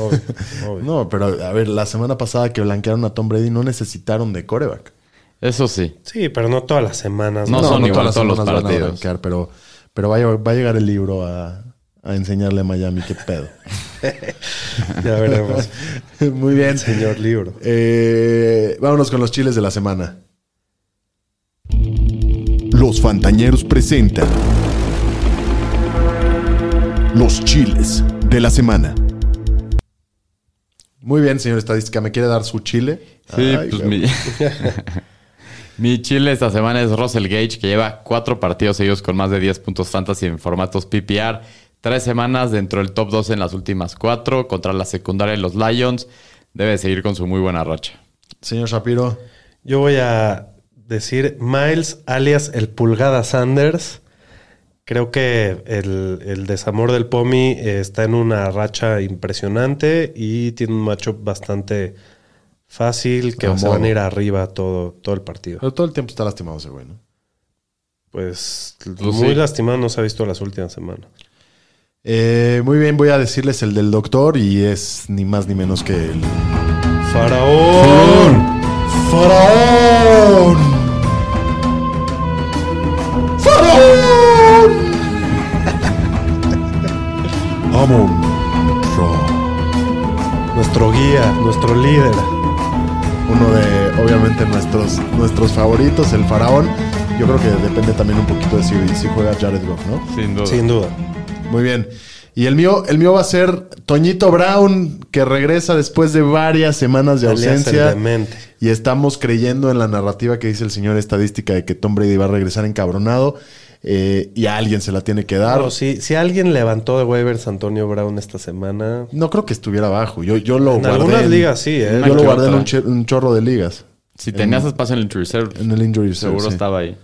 [SPEAKER 4] Obvio, obvio.
[SPEAKER 3] No, pero a ver, la semana pasada que blanquearon a Tom Brady no necesitaron de coreback.
[SPEAKER 5] Eso sí.
[SPEAKER 4] Sí, pero no todas las semanas.
[SPEAKER 5] No son igual todos
[SPEAKER 3] semanas
[SPEAKER 5] los
[SPEAKER 3] van a
[SPEAKER 5] partidos.
[SPEAKER 3] blanquear, pero, pero va, a, llevar- va a llegar el libro a, a enseñarle a Miami qué pedo.
[SPEAKER 4] Ya veremos.
[SPEAKER 3] Muy bien.
[SPEAKER 4] señor libro.
[SPEAKER 3] Eh, vámonos con los chiles de la semana.
[SPEAKER 1] Los Fantañeros presentan Los chiles de la semana.
[SPEAKER 3] Muy bien, señor estadística. ¿Me quiere dar su chile?
[SPEAKER 5] Sí,
[SPEAKER 3] Ay,
[SPEAKER 5] pues
[SPEAKER 3] güey.
[SPEAKER 5] mi, mi chile esta semana es Russell Gage, que lleva cuatro partidos seguidos con más de 10 puntos fantasy en formatos PPR. Tres semanas dentro del top 12 en las últimas cuatro. Contra la secundaria de los Lions. Debe seguir con su muy buena racha.
[SPEAKER 3] Señor Shapiro.
[SPEAKER 4] Yo voy a decir Miles, alias el Pulgada Sanders. Creo que el, el desamor del Pomi eh, está en una racha impresionante y tiene un matchup bastante fácil que
[SPEAKER 3] A
[SPEAKER 4] se van
[SPEAKER 3] modo.
[SPEAKER 4] a ir arriba todo, todo el partido.
[SPEAKER 3] Pero todo el tiempo está lastimado ese güey, ¿no?
[SPEAKER 4] Pues
[SPEAKER 5] Pues
[SPEAKER 4] muy
[SPEAKER 5] sí.
[SPEAKER 4] lastimado no se ha visto las últimas semanas.
[SPEAKER 3] Eh, muy bien, voy a decirles el del doctor y es ni más ni menos que el...
[SPEAKER 4] ¡Faraón!
[SPEAKER 3] ¡Faraón! ¡Faraón! Amon Ra.
[SPEAKER 4] Nuestro guía, nuestro líder.
[SPEAKER 3] Uno de, obviamente, nuestros, nuestros favoritos, el faraón. Yo creo que depende también un poquito de si, si juega Jared Goff, ¿no?
[SPEAKER 5] Sin duda.
[SPEAKER 4] Sin duda.
[SPEAKER 3] Muy bien. Y el mío, el mío va a ser Toñito Brown, que regresa después de varias semanas de
[SPEAKER 4] Alias el
[SPEAKER 3] ausencia.
[SPEAKER 4] demente.
[SPEAKER 3] Y estamos creyendo en la narrativa que dice el señor estadística de que Tom Brady va a regresar encabronado. eh, y a alguien se la tiene que dar.
[SPEAKER 4] Claro, si, si alguien levantó de waivers a Antonio Brown esta semana,
[SPEAKER 3] No creo que estuviera abajo. Yo, yo lo
[SPEAKER 4] En
[SPEAKER 3] guardé.
[SPEAKER 4] algunas ligas sí, ¿eh?
[SPEAKER 5] Una
[SPEAKER 3] Yo lo
[SPEAKER 5] que
[SPEAKER 3] guardé en
[SPEAKER 5] otra.
[SPEAKER 3] un, che- un chorro de ligas.
[SPEAKER 5] Si tenías espacio en el injury reserve,
[SPEAKER 3] En el injury reserve,
[SPEAKER 5] seguro
[SPEAKER 3] sí.
[SPEAKER 5] estaba ahí.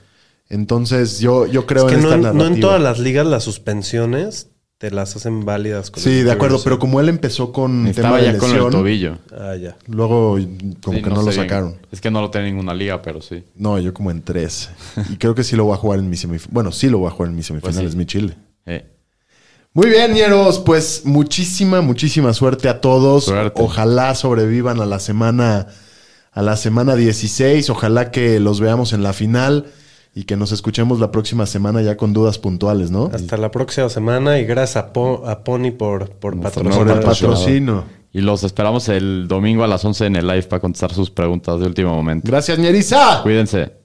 [SPEAKER 3] Entonces, yo, yo creo
[SPEAKER 4] Es que
[SPEAKER 3] en
[SPEAKER 4] no,
[SPEAKER 3] esta
[SPEAKER 4] en- no
[SPEAKER 3] narrativa.
[SPEAKER 4] en todas las ligas las suspensiones te las hacen válidas. con
[SPEAKER 3] Sí,
[SPEAKER 4] el
[SPEAKER 3] de acuerdo.
[SPEAKER 4] regreso.
[SPEAKER 3] Pero como él empezó con tema
[SPEAKER 5] Estaba
[SPEAKER 3] de
[SPEAKER 5] ya con el
[SPEAKER 3] lesión,
[SPEAKER 5] tobillo.
[SPEAKER 4] Ah, ya.
[SPEAKER 3] luego como
[SPEAKER 5] Sí,
[SPEAKER 3] que no, lo
[SPEAKER 5] sé bien.
[SPEAKER 3] sacaron.
[SPEAKER 5] Es que no lo tenía en ninguna liga, pero sí.
[SPEAKER 3] No, yo como en tres. Y creo que sí lo voy a jugar en mi semifinal. Bueno, sí lo voy a jugar en mi semifinal,
[SPEAKER 5] Pues sí.
[SPEAKER 3] es mi chile.
[SPEAKER 5] Eh,
[SPEAKER 3] Muy bien, ñeros. Pues muchísima, muchísima suerte a todos.
[SPEAKER 5] Suerte.
[SPEAKER 3] Ojalá sobrevivan a la semana. a la semana 16. Ojalá que los veamos en la final y que nos escuchemos la próxima semana ya con dudas puntuales, ¿no?
[SPEAKER 4] Hasta la próxima semana y gracias a, Po- a Pony por, por
[SPEAKER 5] Nuestro
[SPEAKER 4] patrocinar.
[SPEAKER 3] Por el
[SPEAKER 5] nuevo
[SPEAKER 3] patrocinio.
[SPEAKER 5] Y los esperamos el domingo a las 11 en el live para contestar sus preguntas de último momento.
[SPEAKER 3] Gracias, Ñeriza.
[SPEAKER 5] Cuídense.